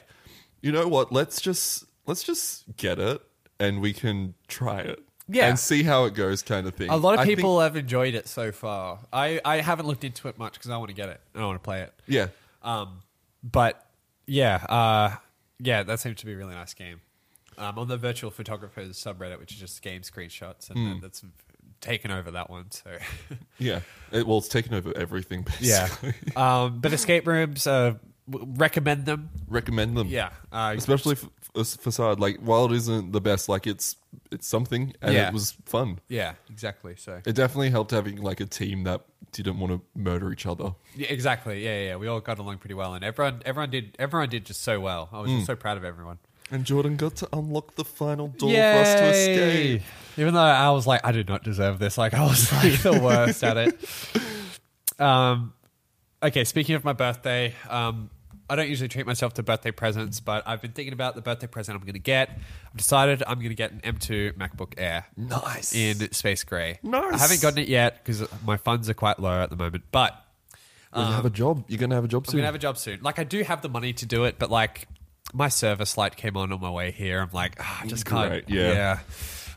Speaker 2: you know what? Let's just let's just get it, and we can try it,
Speaker 1: Yeah.
Speaker 2: and see how it goes, kind of thing.
Speaker 1: A lot of
Speaker 2: I think-
Speaker 1: people have enjoyed it so far. I, I haven't looked into it much because I want to get it. I want to play it.
Speaker 2: yeah,
Speaker 1: Um, but yeah, uh, yeah, that seems to be a really nice game. Um, on the virtual photographers subreddit, which is just game screenshots, and
Speaker 2: Hmm.
Speaker 1: that- that's taken over that one. So
Speaker 2: yeah. It, well, it's taken over everything. Basically.
Speaker 1: um, but escape rooms, uh, w- recommend them.
Speaker 2: recommend them.
Speaker 1: Yeah, uh,
Speaker 2: especially f- f- facade. Like, while it isn't the best, like it's it's something, and
Speaker 1: Yeah.
Speaker 2: it was fun.
Speaker 1: yeah, exactly. So
Speaker 2: It definitely helped having like a team that didn't want to murder each other.
Speaker 1: yeah, exactly, yeah, yeah, yeah. We all got along pretty well, and everyone, everyone did, everyone did just so well. I was
Speaker 2: Hmm.
Speaker 1: just so proud of everyone.
Speaker 2: And Jordan got to unlock the final door for us to
Speaker 1: Yay.
Speaker 2: escape.
Speaker 1: Even though I was like, I did not deserve this. Like I was like the worst at it. Um, okay. Speaking of my birthday, um, I don't usually treat myself to birthday presents, but I've been thinking about the birthday present I'm going to get. I've decided I'm going to get an M2 MacBook Air
Speaker 2: Nice.
Speaker 1: in space gray.
Speaker 2: Nice.
Speaker 1: I haven't gotten it yet because my funds are quite low at the moment, but
Speaker 2: Well, you have a job. You're gonna have a job
Speaker 1: I'm
Speaker 2: soon.
Speaker 1: gonna have a job soon. Like I do have the money to do it, but like my service light came on on my way here. I'm like, ah, I just can't.
Speaker 2: Great, yeah.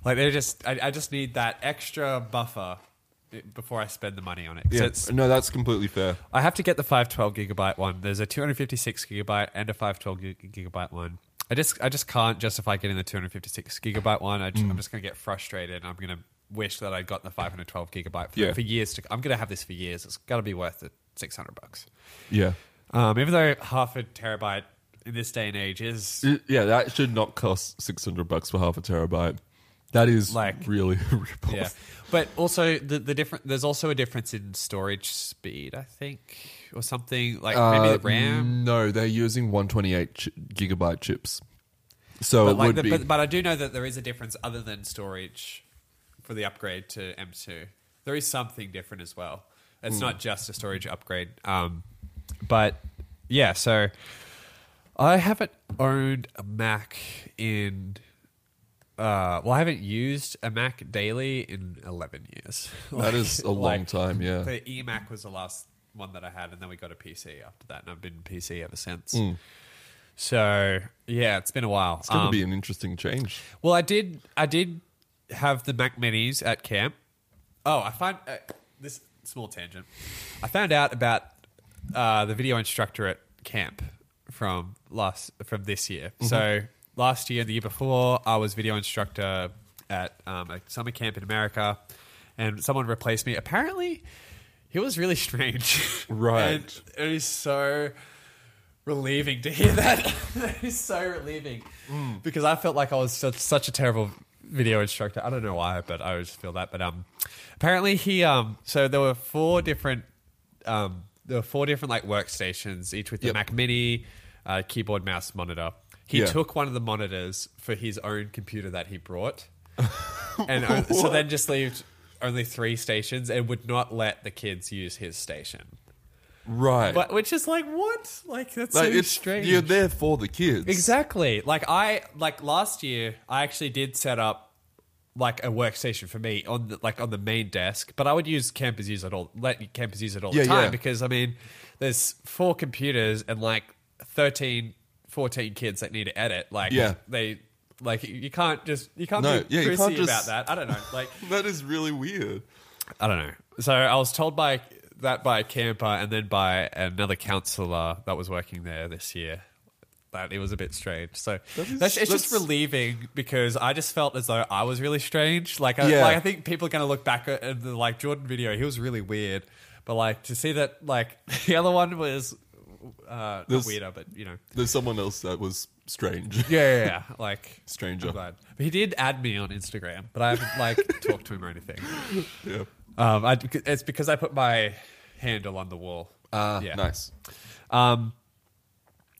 Speaker 1: Like they just, I, I just need that extra buffer eh, before I spend the money on it. 'Cause
Speaker 2: yeah.
Speaker 1: it's-
Speaker 2: No, that's completely fair.
Speaker 1: I have to get the 512 gigabyte one. There's a 256 gigabyte and a 512 gig- gigabyte one. I just, I just can't justify getting the 256 gigabyte one. I
Speaker 2: Hmm.
Speaker 1: am just gonna get frustrated. and I'm gonna wish that I'd gotten the 512 gigabyte for,
Speaker 2: Yeah.
Speaker 1: for years to. I'm gonna have this for years. It's gotta be worth the 600 bucks.
Speaker 2: Yeah.
Speaker 1: Um, even though half a terabyte in this day and age is
Speaker 2: It- yeah, that should not cost six hundred bucks for half a terabyte. That is
Speaker 1: Like-
Speaker 2: like really a ripoff.
Speaker 1: yeah, but also the the different there's also a difference in storage speed, I think, or something like maybe the
Speaker 2: Uh,
Speaker 1: RAM.
Speaker 2: No, they're using 128 ch- gigabyte chips. So
Speaker 1: But,
Speaker 2: it
Speaker 1: like
Speaker 2: would
Speaker 1: the,
Speaker 2: be.
Speaker 1: but, but I do know that there is a difference other than storage for the upgrade to M2. There is something different as well. It's
Speaker 2: Hmm.
Speaker 1: not just a storage upgrade. Um, but yeah, so I haven't owned a Mac in. Uh, well, I haven't used a Mac daily in 11 years.
Speaker 2: that is a long
Speaker 1: like,
Speaker 2: time. Yeah.
Speaker 1: The eMac was the last one that I had, and then we got a PC after that, and I've been PC ever since. So yeah, it's been a while.
Speaker 2: Hmm. it's gonna
Speaker 1: Um,
Speaker 2: be an interesting change.
Speaker 1: well, I did. I did have the Mac Minis at camp. Oh, I find uh, this small tangent. I found out about uh, the video instructor at camp from last from this year. So last year, and the year before, I was video instructor at um, a summer camp in America, and someone replaced me. Apparently, he was really strange.
Speaker 2: Right.
Speaker 1: and it is so relieving to hear that. that is so relieving
Speaker 2: Mm.
Speaker 1: because I felt like I was such, such a terrible video instructor. I don't know why, but I always feel that. But um, apparently he um, so there were four different um, there were four different like workstations, each with the
Speaker 2: Yep.
Speaker 1: Mac Mini, uh, keyboard, mouse, monitor. He
Speaker 2: Yeah.
Speaker 1: took one of the monitors for his own computer that he brought and o- so then just leave only three stations and would not let the kids use his station.
Speaker 2: Right.
Speaker 1: But which is like what? Like that's
Speaker 2: like
Speaker 1: so
Speaker 2: it's
Speaker 1: strange.
Speaker 2: You're there for the kids.
Speaker 1: Exactly. Like I like last year, I actually did set up like a workstation for me on the, like on the main desk, but I would use campers use it all. Let campers use it all
Speaker 2: Yeah,
Speaker 1: the time
Speaker 2: yeah.
Speaker 1: because I mean, there's four computers and like 13, 14 kids that need to edit. Like
Speaker 2: Yeah.
Speaker 1: they like you can't just you can't
Speaker 2: No,
Speaker 1: be
Speaker 2: yeah, you
Speaker 1: prissy
Speaker 2: can't just-
Speaker 1: about that. I don't know. Like
Speaker 2: That is really weird.
Speaker 1: I don't know. So I was told by that by a camper and then by another counselor that was working there this year that it was a bit strange. So
Speaker 2: That is-
Speaker 1: that's, it's just
Speaker 2: that's-
Speaker 1: relieving because I just felt as though I was really strange. Like, I,
Speaker 2: Yeah.
Speaker 1: like I think people are going to look back at at the like Jordan video. He was really weird, but like to see that like the other one was uh, not
Speaker 2: This-
Speaker 1: weirder, but you know,
Speaker 2: There's someone else that was strange.
Speaker 1: yeah, yeah, yeah. like
Speaker 2: Stranger.
Speaker 1: I'm glad. But he did add me on Instagram, but I haven't like talked to him or anything.
Speaker 2: yeah.
Speaker 1: Um, I, it's because I put my handle on the wall.
Speaker 2: Ah,
Speaker 1: Yeah.
Speaker 2: nice.
Speaker 1: Um,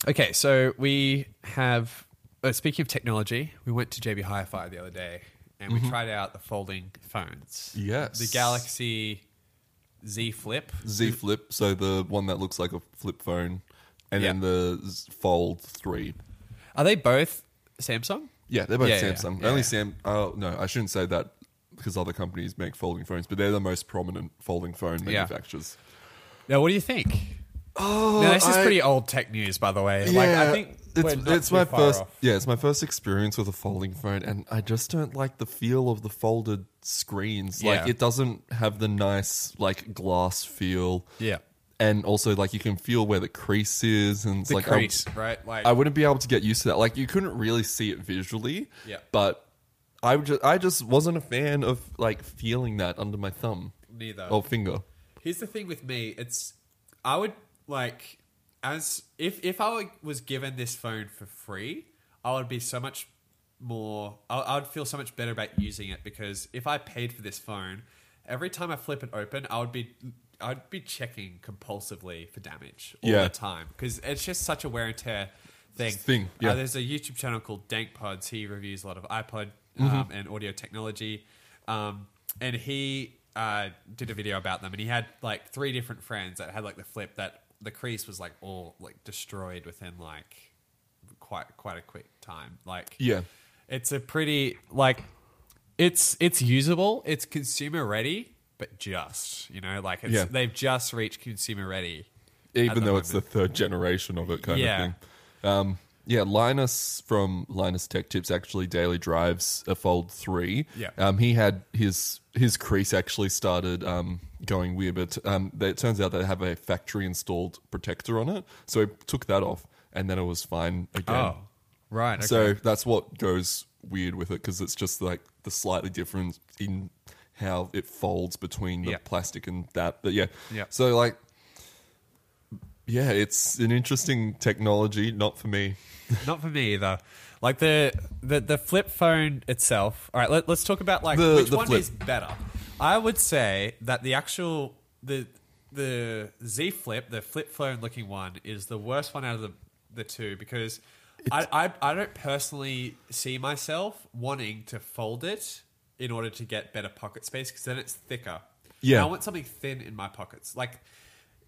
Speaker 1: okay, so we have. Uh, speaking of technology, we went to JB Hi-Fi the other day and we tried out the folding phones.
Speaker 2: Mm-hmm. Yes.
Speaker 1: the Galaxy Z Flip.
Speaker 2: Z Flip, so the one that looks like a flip phone, and
Speaker 1: Yeah.
Speaker 2: then the Z- Fold Three.
Speaker 1: Are they both Samsung?
Speaker 2: Yeah, they're both
Speaker 1: Yeah, yeah,
Speaker 2: Samsung.
Speaker 1: yeah.
Speaker 2: Only
Speaker 1: Yeah.
Speaker 2: Sam. Oh no, I shouldn't say that because other companies make folding phones, but they're the most prominent folding phone
Speaker 1: Yeah.
Speaker 2: manufacturers.
Speaker 1: Now, what do you think?
Speaker 2: Oh,
Speaker 1: now, this is pretty old tech news, by the way. like, I think
Speaker 2: it's,
Speaker 1: we're not
Speaker 2: it's
Speaker 1: too
Speaker 2: my
Speaker 1: far
Speaker 2: first.
Speaker 1: off.
Speaker 2: Yeah, it's my first experience with a folding phone, and I just don't like the feel of the folded screens. Like
Speaker 1: Yeah.
Speaker 2: it doesn't have the nice like glass feel.
Speaker 1: Yeah.
Speaker 2: and also like you can feel where the crease is, and it's
Speaker 1: The
Speaker 2: like I'm-
Speaker 1: crease, right? Like,
Speaker 2: I wouldn't be able to get used to that. Like you couldn't really see it visually.
Speaker 1: Yeah.
Speaker 2: But I would just I just wasn't a fan of like feeling that under my thumb
Speaker 1: neither.
Speaker 2: or finger.
Speaker 1: Here's the thing with me. It's I would like as if if I were- was given this phone for free, I would be so much more. I, I would feel so much better about using it because if I paid for this phone, every time I flip it open, I would be. I'd be checking compulsively for damage all
Speaker 2: Yeah.
Speaker 1: the time because it's just such a wear and tear thing.
Speaker 2: Thing, yeah.
Speaker 1: Uh, there's a YouTube channel called Dank Pods. He reviews a lot of iPod
Speaker 2: Mm-hmm.
Speaker 1: um, and audio technology, um, and he uh, did a video about them. And he had like three different friends that had like the flip that the crease was like all like destroyed within like quite quite a quick time. Like
Speaker 2: Yeah.
Speaker 1: it's a pretty like it's it's usable, it's consumer ready, but just you know like it's,
Speaker 2: Yeah.
Speaker 1: they've just reached consumer ready.
Speaker 2: Even
Speaker 1: the
Speaker 2: though it's the third generation of it kind
Speaker 1: Yeah.
Speaker 2: of thing. Um yeah, Linus from Linus Tech Tips actually daily drives a Fold Three.
Speaker 1: Yeah.
Speaker 2: um, he had his his crease actually started um, going weird, but um, they, it turns out they have a factory installed protector on it, so he took that off, and then it was fine again.
Speaker 1: Oh, right. Okay.
Speaker 2: So that's what goes weird with it because it's just like the slightly difference in how it folds between the
Speaker 1: Yeah.
Speaker 2: plastic and that. But yeah,
Speaker 1: Yeah.
Speaker 2: So like, yeah, it's an interesting technology. Not for me.
Speaker 1: Not for me either. Like the the, the flip phone itself. All right, let, let's talk about like
Speaker 2: The-
Speaker 1: which
Speaker 2: the
Speaker 1: one
Speaker 2: flip.
Speaker 1: is better. I would say that the actual the the Z Flip, the flip phone looking one, is the worst one out of the the two because I, I I don't personally see myself wanting to fold it in order to get better pocket space because then it's thicker.
Speaker 2: Yeah.
Speaker 1: And I want something thin in my pockets, like.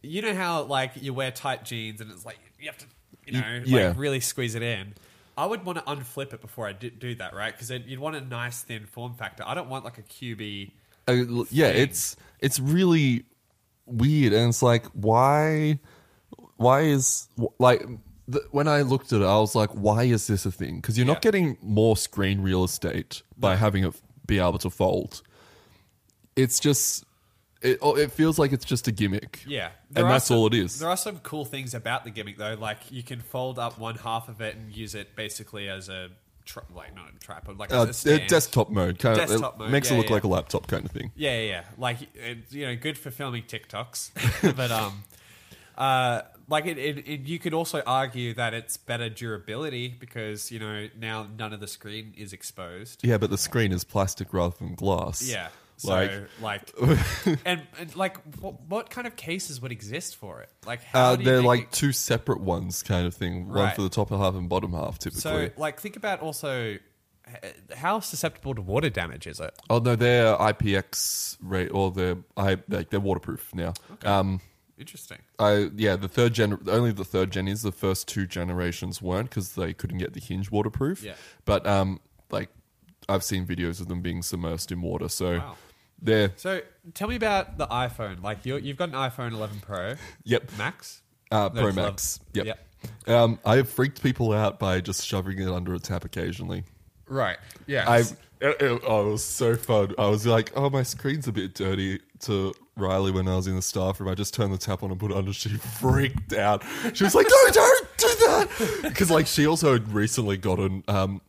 Speaker 1: You know how like you wear tight jeans and it's like you have to you know like
Speaker 2: yeah.
Speaker 1: really squeeze it in. I would want to unflip it before I do, do that, right? Because you'd want a nice thin form factor. I don't want like a QB.
Speaker 2: Uh, l- yeah, it's it's really weird, and it's like why why is wh- like th- when I looked at it, I was like, why is this a thing? Because you're not
Speaker 1: Yeah.
Speaker 2: getting more screen real estate by having it f- be able to fold. It's just it oh, it feels like it's just a gimmick.
Speaker 1: Yeah,
Speaker 2: and
Speaker 1: are
Speaker 2: that's
Speaker 1: some-
Speaker 2: all it is.
Speaker 1: There are some cool things about the gimmick though. Like you can fold up one half of it and use it basically as a tri- like not a tripod, like
Speaker 2: Uh,
Speaker 1: as a
Speaker 2: uh,
Speaker 1: stand.
Speaker 2: desktop mode kind
Speaker 1: Desktop
Speaker 2: of it
Speaker 1: mode,
Speaker 2: makes
Speaker 1: yeah,
Speaker 2: it look
Speaker 1: yeah.
Speaker 2: like a laptop kind of thing.
Speaker 1: Yeah, yeah, yeah. Like it, you know, good for filming TikToks. but um, uh, like it, it, it, you could also argue that it's better durability because you know now none of the screen is exposed.
Speaker 2: Yeah, but the screen is plastic rather than glass.
Speaker 1: Yeah. So
Speaker 2: like.
Speaker 1: like, and, and like, what, what kind of cases would exist for it? Like, how
Speaker 2: Uh,
Speaker 1: do you
Speaker 2: they're
Speaker 1: make
Speaker 2: like
Speaker 1: it-
Speaker 2: two separate ones, kind of thing. One
Speaker 1: Right.
Speaker 2: for the top half and bottom half,
Speaker 1: so
Speaker 2: typically.
Speaker 1: like think about also h- how susceptible to water damage is it?
Speaker 2: oh no, they're IPX rate or they're I like they're waterproof now. Um,
Speaker 1: Interesting.
Speaker 2: I yeah, the third gen only the third gen is the first two generations weren't because they couldn't get the hinge waterproof.
Speaker 1: Yeah.
Speaker 2: but um, like I've seen videos of them being submersed in water, so
Speaker 1: Wow.
Speaker 2: they're
Speaker 1: So tell me about the iPhone. Like you you've got an iPhone 11 Pro.
Speaker 2: Yep.
Speaker 1: Max.
Speaker 2: uh,
Speaker 1: No,
Speaker 2: Pro
Speaker 1: it's
Speaker 2: Max.
Speaker 1: 11.
Speaker 2: Yep. Um, I have freaked people out by just shoving it under a tap occasionally.
Speaker 1: Right. Yeah.
Speaker 2: I it, it, oh, it was so fun. I was like, oh, my screen's a bit dirty to Riley when I was in the staff room. I just turned the tap on and put it under. She freaked out. She was like, no, don't do that. Because, like, she also had recently gotten, um,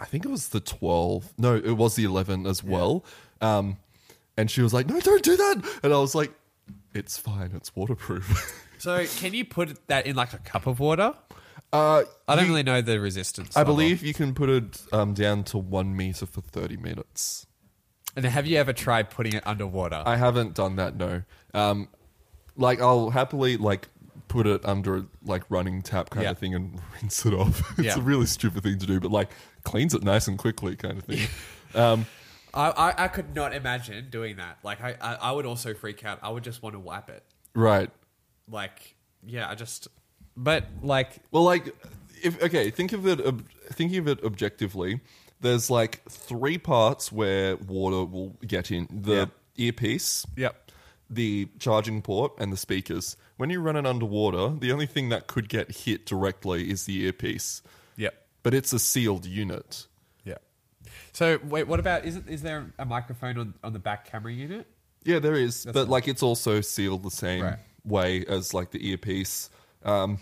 Speaker 2: I think it was the 12. No, it was the 11 as well. Um, and she was like, no, don't do that. And I was like, it's fine. It's waterproof.
Speaker 1: so can you put that in like a cup of water?
Speaker 2: uh,
Speaker 1: I don't really know the resistance.
Speaker 2: I
Speaker 1: level.
Speaker 2: believe you can put it um, down to one meter for 30 minutes.
Speaker 1: And have you ever tried putting it underwater?
Speaker 2: I haven't done that. No. Um, like I'll happily like put it under like running tap kind
Speaker 1: Yeah.
Speaker 2: of thing and rinse it off. it's
Speaker 1: Yeah.
Speaker 2: a really stupid thing to do, but like cleans it nice and quickly kind of thing. um,
Speaker 1: I, I, I could not imagine doing that. Like, I, I, I would also freak out. I would just want to wipe it.
Speaker 2: Right.
Speaker 1: Like, yeah, I just. But, like,
Speaker 2: Well, like, if okay, think of it. Ob- thinking of it objectively, there's like three parts where water will get in: the earpiece,
Speaker 1: yep.
Speaker 2: the charging port, and the speakers. When you run it underwater, the only thing that could get hit directly is the earpiece,
Speaker 1: Yep.
Speaker 2: but it's a sealed unit.
Speaker 1: Yep. So, wait, what about. Isn't, is there a microphone on, on the back camera unit?
Speaker 2: Yeah, there is, but
Speaker 1: nice.
Speaker 2: like it's also sealed the same
Speaker 1: Right.
Speaker 2: way as like the earpiece. Um,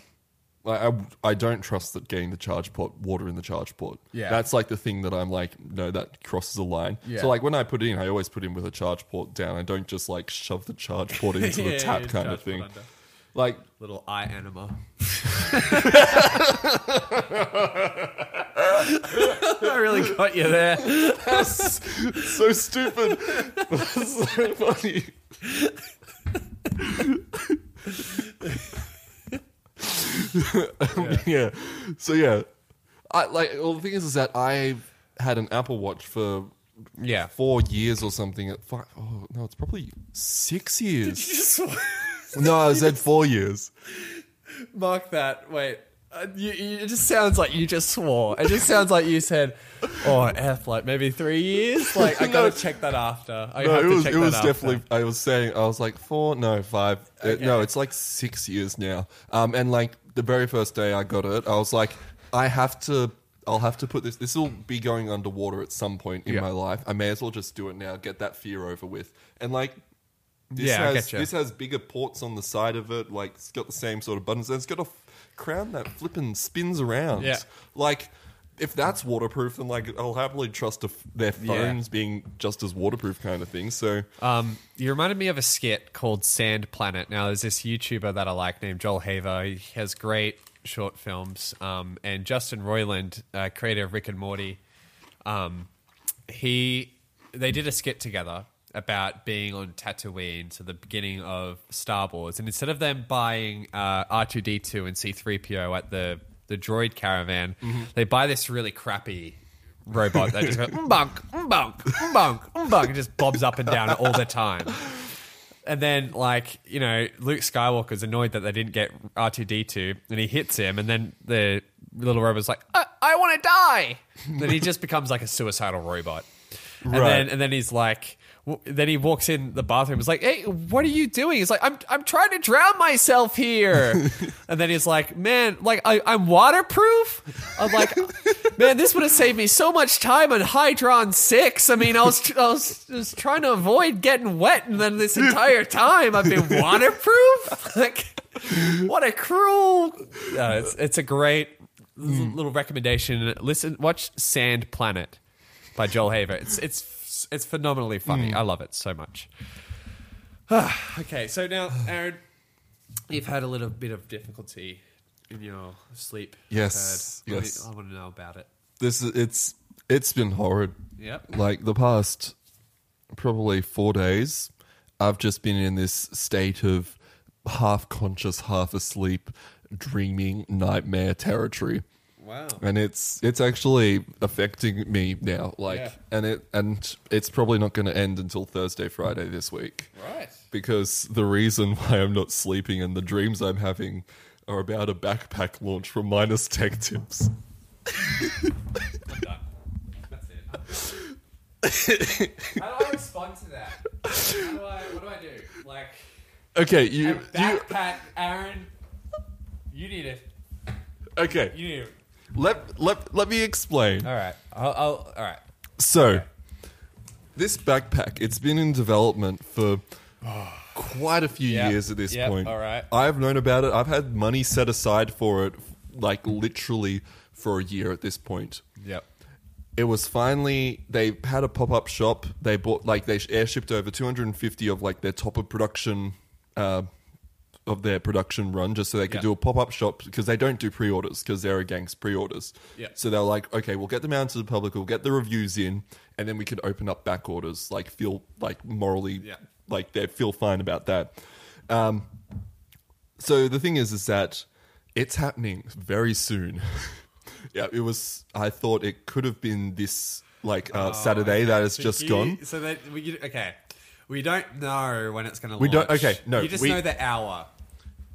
Speaker 2: I, I I don't trust that getting the charge port water in the charge port.
Speaker 1: Yeah.
Speaker 2: that's like the thing that I'm like, no, that crosses a line.
Speaker 1: Yeah.
Speaker 2: So like when I put it in, I always put in with a charge port down. I don't just like shove the charge port into
Speaker 1: Yeah,
Speaker 2: the tap
Speaker 1: yeah,
Speaker 2: kind
Speaker 1: charge
Speaker 2: of
Speaker 1: port
Speaker 2: thing.
Speaker 1: under.
Speaker 2: Like
Speaker 1: Little eye anima. I really got you there.
Speaker 2: that's so stupid, but it's so funny. yeah. So yeah, I like. Well, the thing is, is that I had an Apple Watch for
Speaker 1: Yeah.
Speaker 2: four years or something. At five, oh no, it's probably six years.
Speaker 1: Just
Speaker 2: no, I said four years.
Speaker 1: mark that. Wait. Uh, you, you, it just sounds like you just swore. It just sounds like you said, "Oh, f like maybe three years." Like I gotta check that after. I
Speaker 2: No,
Speaker 1: have
Speaker 2: it
Speaker 1: to
Speaker 2: was
Speaker 1: check
Speaker 2: it
Speaker 1: that
Speaker 2: was
Speaker 1: after.
Speaker 2: definitely. I was saying I was like four, no five, uh, no, it's like six years now. Um, and like the very first day I got it, I was like, I have to, I'll have to put this. This will be going underwater at some point in
Speaker 1: Yeah.
Speaker 2: my life. I may as well just do it now, get that fear over with. And like, this
Speaker 1: Yeah, I
Speaker 2: has,
Speaker 1: getcha.
Speaker 2: this has bigger ports on the side of it. Like it's got the same sort of buttons, and it's got a f- crown that flipping spins around.
Speaker 1: Yeah.
Speaker 2: like. If that's waterproof, then like I'll happily trust a f- their
Speaker 1: Yeah.
Speaker 2: phones being just as waterproof kind of thing. So
Speaker 1: Um, you reminded me of a skit called Sand Planet. Now, there's this YouTuber that I like named Joel Haver. He has great short films. Um, and Justin Roiland, uh, creator of Rick and Morty, um, he they did a skit together about being on Tatooine, so the beginning of Star Wars. And instead of them buying uh, R2D2 and C3PO at the, the droid caravan, they buy this really crappy robot that just goes "Mm, mbunk, mbunk, mbunk, mbunk, mm, and just bobs up and down all the time. And then, like, you know, Luke Skywalker's annoyed that they didn't get R2D2 and he hits him. And then the little robot's like, I, I want to die. then he just becomes like a suicidal robot. And,
Speaker 2: Right.
Speaker 1: then, and then he's like, w- then he walks in the bathroom. He's like, "Hey, what are you doing?" He's like, "I'm I'm trying to drown myself here." and then he's like, "Man, like I, I'm waterproof." I'm like, "Man, this would have saved me so much time on Hydron Six. I mean, I was I was just trying to avoid getting wet, and then this entire time I've been waterproof. Like, what a cruel! Mm. Uh, it's it's a great." l- Little recommendation: Listen, watch Sand Planet by Joel Haver. It's it's it's phenomenally
Speaker 2: Mm.
Speaker 1: funny. I love it so much. okay, so now Aaron, you've had a little bit of difficulty in your sleep.
Speaker 2: Yes,
Speaker 1: I've heard.
Speaker 2: yes.
Speaker 1: I want to know about it.
Speaker 2: this is it's it's been horrid.
Speaker 1: Yep.
Speaker 2: Like the past probably four days, I've just been in this state of half conscious, half asleep, dreaming nightmare territory.
Speaker 1: Wow.
Speaker 2: And it's it's actually affecting me now. Like
Speaker 1: Yeah.
Speaker 2: and it and it's probably not gonna end until Thursday, Friday this week.
Speaker 1: Right.
Speaker 2: Because the reason why I'm not sleeping and the dreams I'm having are about a backpack launch from Minus Tech Tips.
Speaker 1: I'm done. That's it. How do I respond to that? How do I? What do I do? Like
Speaker 2: Okay, you, you
Speaker 1: backpack, Aaron. You need it.
Speaker 2: okay.
Speaker 1: You need it.
Speaker 2: let let let me explain.
Speaker 1: All right. I'll, I'll, all right.
Speaker 2: So, this backpack it's been in development for quite a few
Speaker 1: Yeah,
Speaker 2: years at this
Speaker 1: yeah,
Speaker 2: point.
Speaker 1: all right.
Speaker 2: I've known about it. I've had money set aside for it, like literally for a year at this point.
Speaker 1: Yep.
Speaker 2: It was finally they had a pop up shop. They bought like they airshipped over 250 of like their top of production. Uh, of their production run, just so they could
Speaker 1: Yeah.
Speaker 2: do a pop up shop because they don't do pre orders because they're against pre orders.
Speaker 1: Yeah.
Speaker 2: So they're like, okay, we'll get them out to the public, we'll get the reviews in, and then we can open up back orders. Like, feel like morally,
Speaker 1: Yeah.
Speaker 2: like they feel fine about that. Um, so the thing is, is that it's happening very soon. yeah, it was. I thought it could have been this like uh, Saturday that has
Speaker 1: So
Speaker 2: just
Speaker 1: you-
Speaker 2: gone.
Speaker 1: So that we you, okay, we don't know when it's going to.
Speaker 2: We don't- okay, no,
Speaker 1: you just
Speaker 2: we-
Speaker 1: know the hour.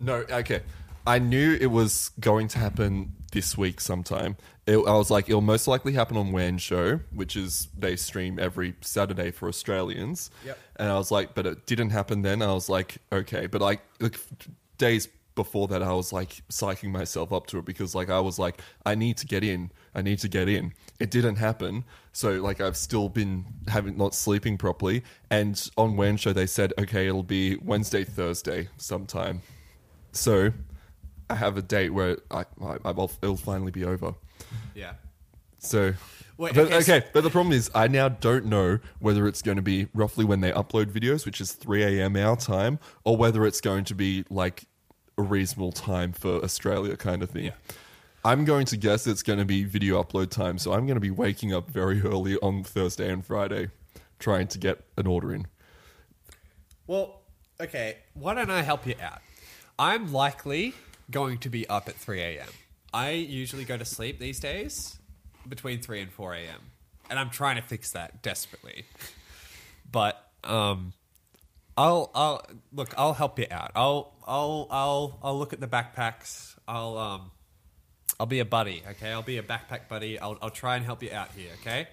Speaker 2: No, okay. I knew it was going to happen this week sometime. It, I was like, it'll most likely happen on WAN Show, which is they stream every Saturday for Australians.
Speaker 1: Yep.
Speaker 2: And I was like, but it didn't happen then. I was like, okay. But like, like days before that, I was like psyching myself up to it because like I was like, I need to get in. I need to get in. It didn't happen. So like I've still been having not sleeping properly. And on WAN Show, they said, okay, it'll be Wednesday, Thursday sometime. So I have a date where I, I, I will, it'll finally be over.
Speaker 1: Yeah.
Speaker 2: So,
Speaker 1: Wait,
Speaker 2: but,
Speaker 1: okay,
Speaker 2: okay,
Speaker 1: so-
Speaker 2: but the problem is I now don't know whether it's going to be roughly when they upload videos, which is 3 a.m. our time, or whether it's going to be like a reasonable time for Australia kind of thing.
Speaker 1: Yeah.
Speaker 2: I'm going to guess it's going to be video upload time, so I'm going to be waking up very early on Thursday and Friday trying to get an order in.
Speaker 1: Well, okay. Why don't I help you out? I'm likely going to be up at 3 a.m. I usually go to sleep these days between 3 and 4 a.m. And I'm trying to fix that desperately. But um, I'll I'll look. I'll help you out. I'll I'll I'll I'll look at the backpacks. I'll um I'll be a buddy. Okay. I'll be a backpack buddy. I'll I'll try and help you out here. Okay.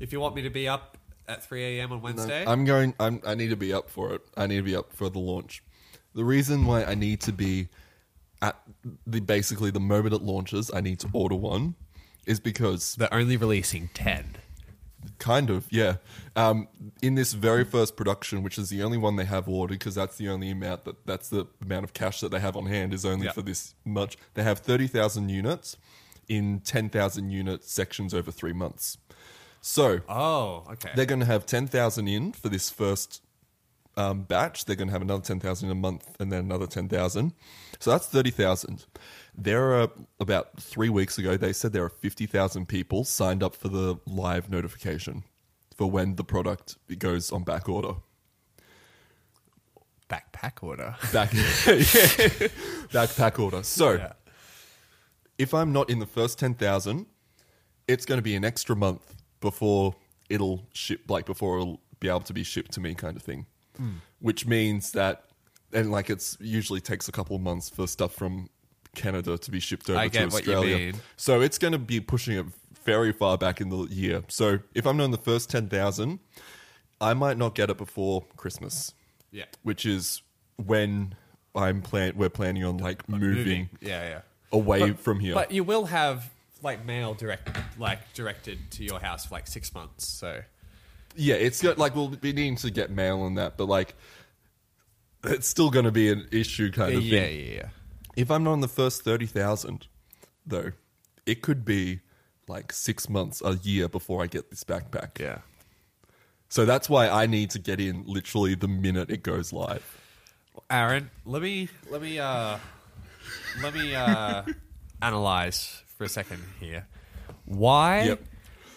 Speaker 1: If you want me to be up at 3 a.m. on Wednesday,
Speaker 2: I'm going. I'm, I need to be up for it. I need to be up for the launch. The reason why I need to be at the basically the moment it launches, I need to order one, is because
Speaker 1: They're only releasing 10.
Speaker 2: kind of yeah. Um, in this very first production, which is the only one they have ordered, because that's the only amount that that's the amount of cash that they have on hand is only
Speaker 1: Yeah.
Speaker 2: for this much. They have thirty thousand units in ten thousand unit sections over three months. So
Speaker 1: Oh, okay.
Speaker 2: They're going to have 10,000 in for this first um, batch. They're going to have another 10,000 in a month and then another 10,000. So that's 30,000. There are about three weeks ago, they said there are 50,000 people signed up for the live notification for when the product goes on back order.
Speaker 1: Backpack order.
Speaker 2: Back, Yeah. backpack order. So
Speaker 1: Yeah.
Speaker 2: if I'm not in the first 10,000, it's going to be an extra month before it'll ship, like before it'll be able to be shipped to me, kind of thing.
Speaker 1: Hmm.
Speaker 2: Which means that, and like it's usually takes a couple of months for stuff from Canada to be shipped over
Speaker 1: I
Speaker 2: to
Speaker 1: get what you
Speaker 2: Australia.
Speaker 1: mean.
Speaker 2: So it's going to be pushing it very far back in the year. So if I'm not in the first 10,000, I might not get it before Christmas
Speaker 1: Yeah.
Speaker 2: which is when I'm plan we're planning on like moving,
Speaker 1: Yeah, yeah.
Speaker 2: away from here.
Speaker 1: But you will have like mail direct like directed to your house for like 6 months. So
Speaker 2: yeah, it's got like we'll be needing to get mail on that, but like it's still going to be an issue kind of thing.
Speaker 1: yeah.
Speaker 2: If I'm not in the first thirty thousand, though, it could be like six months, a year before I get this backpack.
Speaker 1: Yeah.
Speaker 2: So that's why I need to get in literally the minute it goes live.
Speaker 1: Aaron, let me let me uh let me uh analyze for a second here. Why
Speaker 2: Yep.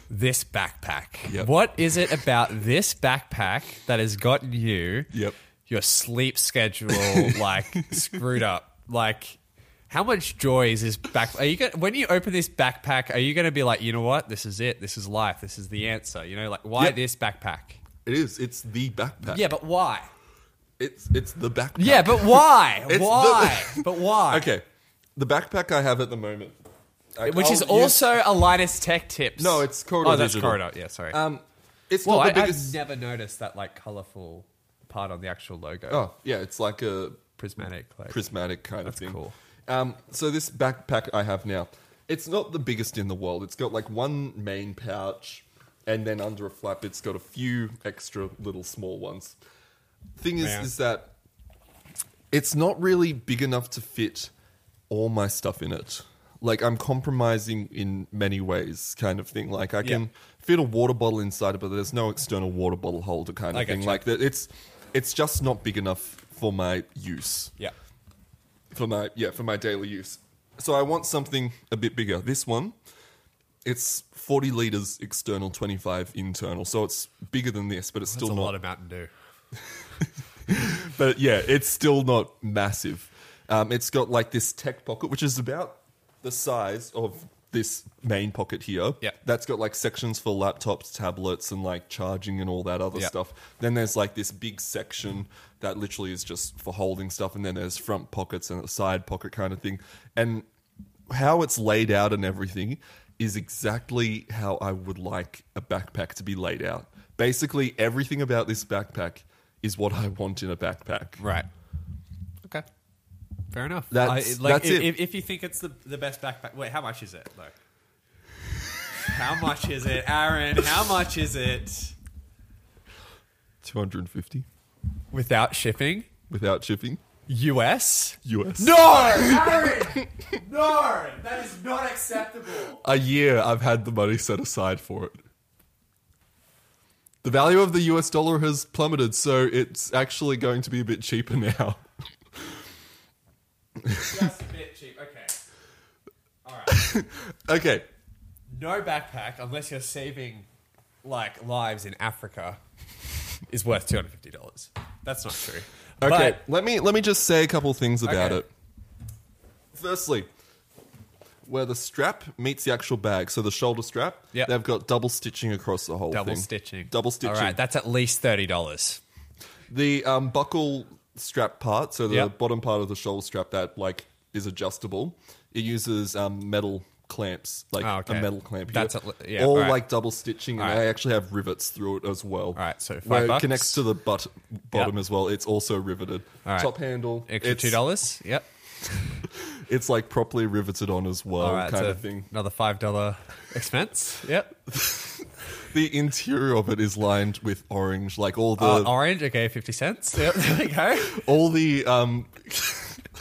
Speaker 1: this backpack?
Speaker 2: Yep.
Speaker 1: What is it about this backpack that has gotten you
Speaker 2: Yep.
Speaker 1: your sleep schedule like screwed up? Like how much joy is this back? Are you gonna, when you open this backpack? Are you going to be like, you know what? This is it. This is life. This is the answer. You know, like why
Speaker 2: Yep. Uh,
Speaker 1: this backpack?
Speaker 2: It is. It's the backpack.
Speaker 1: Yeah, but why?
Speaker 2: It's it's the backpack.
Speaker 1: Yeah, but why?
Speaker 2: It's the-
Speaker 1: why? but why?
Speaker 2: Okay, the backpack I have at the moment, I-
Speaker 1: Which is
Speaker 2: I'll use-
Speaker 1: also a Linus Tech Tips.
Speaker 2: Oh, No, it's Corridor
Speaker 1: Oh, that's
Speaker 2: Digital.
Speaker 1: Corridor. Yeah, sorry.
Speaker 2: um, it's
Speaker 1: well,
Speaker 2: not
Speaker 1: I,
Speaker 2: the biggest.
Speaker 1: I've never noticed that like colorful part on the actual logo.
Speaker 2: oh, yeah, it's like a
Speaker 1: prismatic. Like,
Speaker 2: prismatic kind
Speaker 1: That's
Speaker 2: of thing.
Speaker 1: cool.
Speaker 2: Um, so this backpack I have now, it's not the biggest in the world. It's got like one main pouch, and then under a flap, it's got a few extra little small ones. Thing is,
Speaker 1: Yeah.
Speaker 2: is that it's not really big enough to fit all my stuff in it. Like I'm compromising in many ways, kind of thing. Like I can
Speaker 1: Yeah.
Speaker 2: fit a water bottle inside it, but there's no external water bottle holder kind of
Speaker 1: I
Speaker 2: thing.
Speaker 1: gotcha.
Speaker 2: Like that, it's it's just not big enough for my use
Speaker 1: yeah.
Speaker 2: for my yeah for my daily use. So I want something a bit bigger. This one, it's 40 liters external, 25 internal. So it's bigger than this, but it's
Speaker 1: That's
Speaker 2: still
Speaker 1: a
Speaker 2: not.
Speaker 1: lot of Mountain Dew.
Speaker 2: but yeah, it's still not massive. Um, it's got like this tech pocket, which is about the size of this main pocket here.
Speaker 1: Yeah.
Speaker 2: That's got like sections for laptops, tablets, and like charging and all that other
Speaker 1: Yeah.
Speaker 2: stuff. Then there's like this big section that literally is just for holding stuff. And then there's front pockets and a side pocket kind of thing. And how it's laid out and everything is exactly how I would like a backpack to be laid out. Basically, everything about this backpack is what I want in a backpack.
Speaker 1: Right. Okay. Fair enough.
Speaker 2: That's-
Speaker 1: I, like,
Speaker 2: that's
Speaker 1: i-
Speaker 2: it.
Speaker 1: If, if you think it's the, the best backpack, wait, how much is it? Though? how much is it, Aaron? How much is it
Speaker 2: 250
Speaker 1: without shipping?
Speaker 2: without shipping.
Speaker 1: US?
Speaker 2: US.
Speaker 1: No, Aaron! no, that is not acceptable.
Speaker 2: A year I've had the money set aside for it. The value of the US dollar has plummeted, so it's actually going to be a bit cheaper now.
Speaker 1: Just a bit cheap. Okay. All right.
Speaker 2: Okay.
Speaker 1: No backpack unless you're saving like lives in Africa is worth two hundred fifty dollars. That's not true.
Speaker 2: Okay,
Speaker 1: But-
Speaker 2: let me let me just say a couple things about
Speaker 1: Okay.
Speaker 2: it. Firstly, where the strap meets the actual bag, so the shoulder strap,
Speaker 1: Yep.
Speaker 2: they've got double stitching across the whole
Speaker 1: Double
Speaker 2: thing.
Speaker 1: stitching.
Speaker 2: Double stitching.
Speaker 1: All right, that's at least thirty dollars.
Speaker 2: the um, buckle strap part, so the
Speaker 1: Yep.
Speaker 2: bottom part of the shoulder strap that like is adjustable, it uses um, metal clamps, like
Speaker 1: Oh, okay.
Speaker 2: a metal clamp.
Speaker 1: That's
Speaker 2: here.
Speaker 1: a li- yeah,
Speaker 2: all
Speaker 1: alright.
Speaker 2: like double stitching, and
Speaker 1: Alright.
Speaker 2: I actually have rivets through it as well.
Speaker 1: Alright, so five
Speaker 2: where
Speaker 1: bucks.
Speaker 2: it connects to the butt- bottom
Speaker 1: Yep.
Speaker 2: as well, it's also riveted.
Speaker 1: Alright.
Speaker 2: Top handle,
Speaker 1: Extra
Speaker 2: it's-
Speaker 1: two dollars. Yep.
Speaker 2: It's like properly riveted on as well,
Speaker 1: All right,
Speaker 2: kind
Speaker 1: so
Speaker 2: of thing.
Speaker 1: another five dollar expense. Yep.
Speaker 2: The interior of it is lined with orange, like all the
Speaker 1: Uh, orange. Okay, fifty cents. Yep. There we go.
Speaker 2: all the um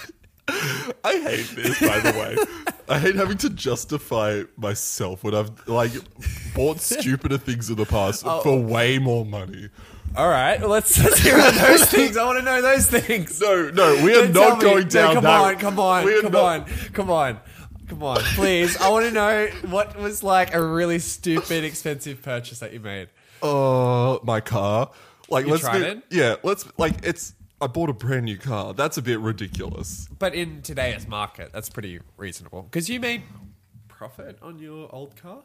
Speaker 2: I hate this by the way. I hate having to justify myself when I've like bought stupider things in the past
Speaker 1: Oh.
Speaker 2: for way more money.
Speaker 1: All right, let's, let's hear about those things. I want to know those things.
Speaker 2: No, no, we are
Speaker 1: Don't tell
Speaker 2: not
Speaker 1: me-
Speaker 2: going
Speaker 1: no,
Speaker 2: down
Speaker 1: Come
Speaker 2: that.
Speaker 1: on, come on,
Speaker 2: we are
Speaker 1: come
Speaker 2: not-
Speaker 1: on, come on, come on. Please, I want to know what was like a really stupid, expensive purchase that you made.
Speaker 2: Uh, my car. Like,
Speaker 1: You
Speaker 2: let's
Speaker 1: tried
Speaker 2: be-
Speaker 1: it?
Speaker 2: yeah, let's like it's. I bought a brand new car. That's a bit ridiculous.
Speaker 1: But in today's market, that's pretty reasonable because you made profit on your old car.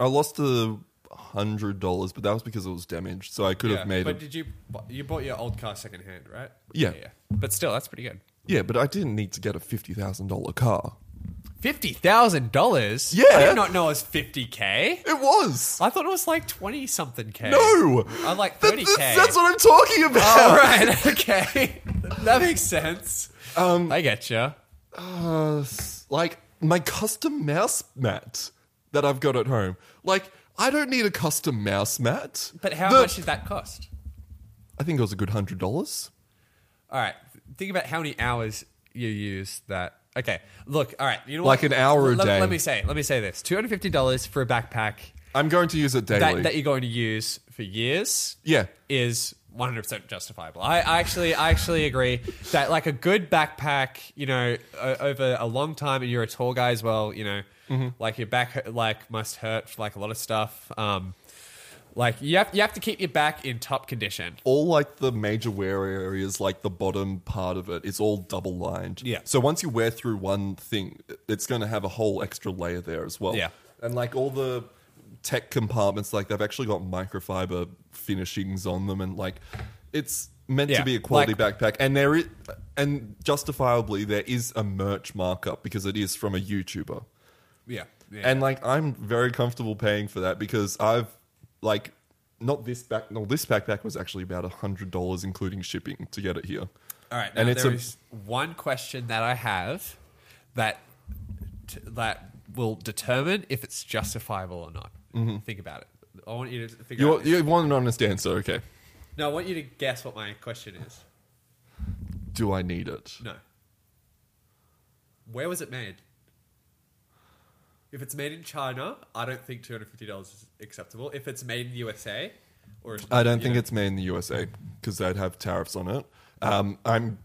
Speaker 2: I lost a hundred dollars, but that was because it was damaged, so I could have made
Speaker 1: but
Speaker 2: it.
Speaker 1: did you bu- you bought your old car secondhand, right?
Speaker 2: Yeah.
Speaker 1: But still, that's pretty good.
Speaker 2: Yeah, but I didn't need to get a fifty thousand dollar car.
Speaker 1: Fifty thousand dollars. I
Speaker 2: Yeah.
Speaker 1: did not know it was fifty k.
Speaker 2: It was.
Speaker 1: I thought it was like twenty something k.
Speaker 2: No,
Speaker 1: I like
Speaker 2: That-
Speaker 1: thirty
Speaker 2: that's-
Speaker 1: k.
Speaker 2: That's what I'm talking
Speaker 1: All
Speaker 2: about.
Speaker 1: right, okay, that makes sense. Um, I get you. Oh,
Speaker 2: Uh, s- like my custom mouse mat that I've got at home. Like I don't need a custom mouse mat.
Speaker 1: But how
Speaker 2: The-
Speaker 1: much does that cost?
Speaker 2: I think it was a good hundred dollars.
Speaker 1: All right, think about how many hours you use that. Okay, look, all right, you know
Speaker 2: Like
Speaker 1: what?
Speaker 2: an hour a
Speaker 1: Let-
Speaker 2: day.
Speaker 1: Let me say, let me say this: two hundred fifty dollars for a backpack
Speaker 2: I'm going to use it daily.
Speaker 1: that, that you're going to use for years.
Speaker 2: yeah,
Speaker 1: is 100% justifiable. I, I actually I actually agree that like a good backpack, you know, o- over a long time and you're a tall guy as well, you know,
Speaker 2: Mm-hmm.
Speaker 1: like your back hu- like must hurt for, like a lot of stuff. Um like you have you have to keep your back in top condition.
Speaker 2: all like the major wear areas, like the bottom part of it, it's all double lined.
Speaker 1: Yeah.
Speaker 2: So once you wear through one thing, it's going to have a whole extra layer there as well.
Speaker 1: Yeah.
Speaker 2: And like all the tech compartments, like they've actually got microfiber finishings on them, and like it's meant
Speaker 1: Yeah,
Speaker 2: to be a quality
Speaker 1: like-
Speaker 2: backpack. And there is, and justifiably, there is a merch markup because it is from a YouTuber.
Speaker 1: Yeah. yeah.
Speaker 2: And like I'm very comfortable paying for that because I've like not this back no this backpack was actually about a hundred dollars including shipping to get it here.
Speaker 1: All right. Now
Speaker 2: and it's
Speaker 1: there
Speaker 2: a-
Speaker 1: is one question that I have that t- that will determine if it's justifiable or not.
Speaker 2: Mm-hmm.
Speaker 1: Think about it. I want you to figure
Speaker 2: You
Speaker 1: out.
Speaker 2: you want an honest answer, okay.
Speaker 1: no, I want you to guess what my question is.
Speaker 2: Do I need it?
Speaker 1: No. Where was it made? If it's made in China, I don't think two hundred fifty dollars is acceptable. If it's made in the USA, or
Speaker 2: I don't think
Speaker 1: it's
Speaker 2: it's made in the USA because they'd have tariffs on it. Um, I'm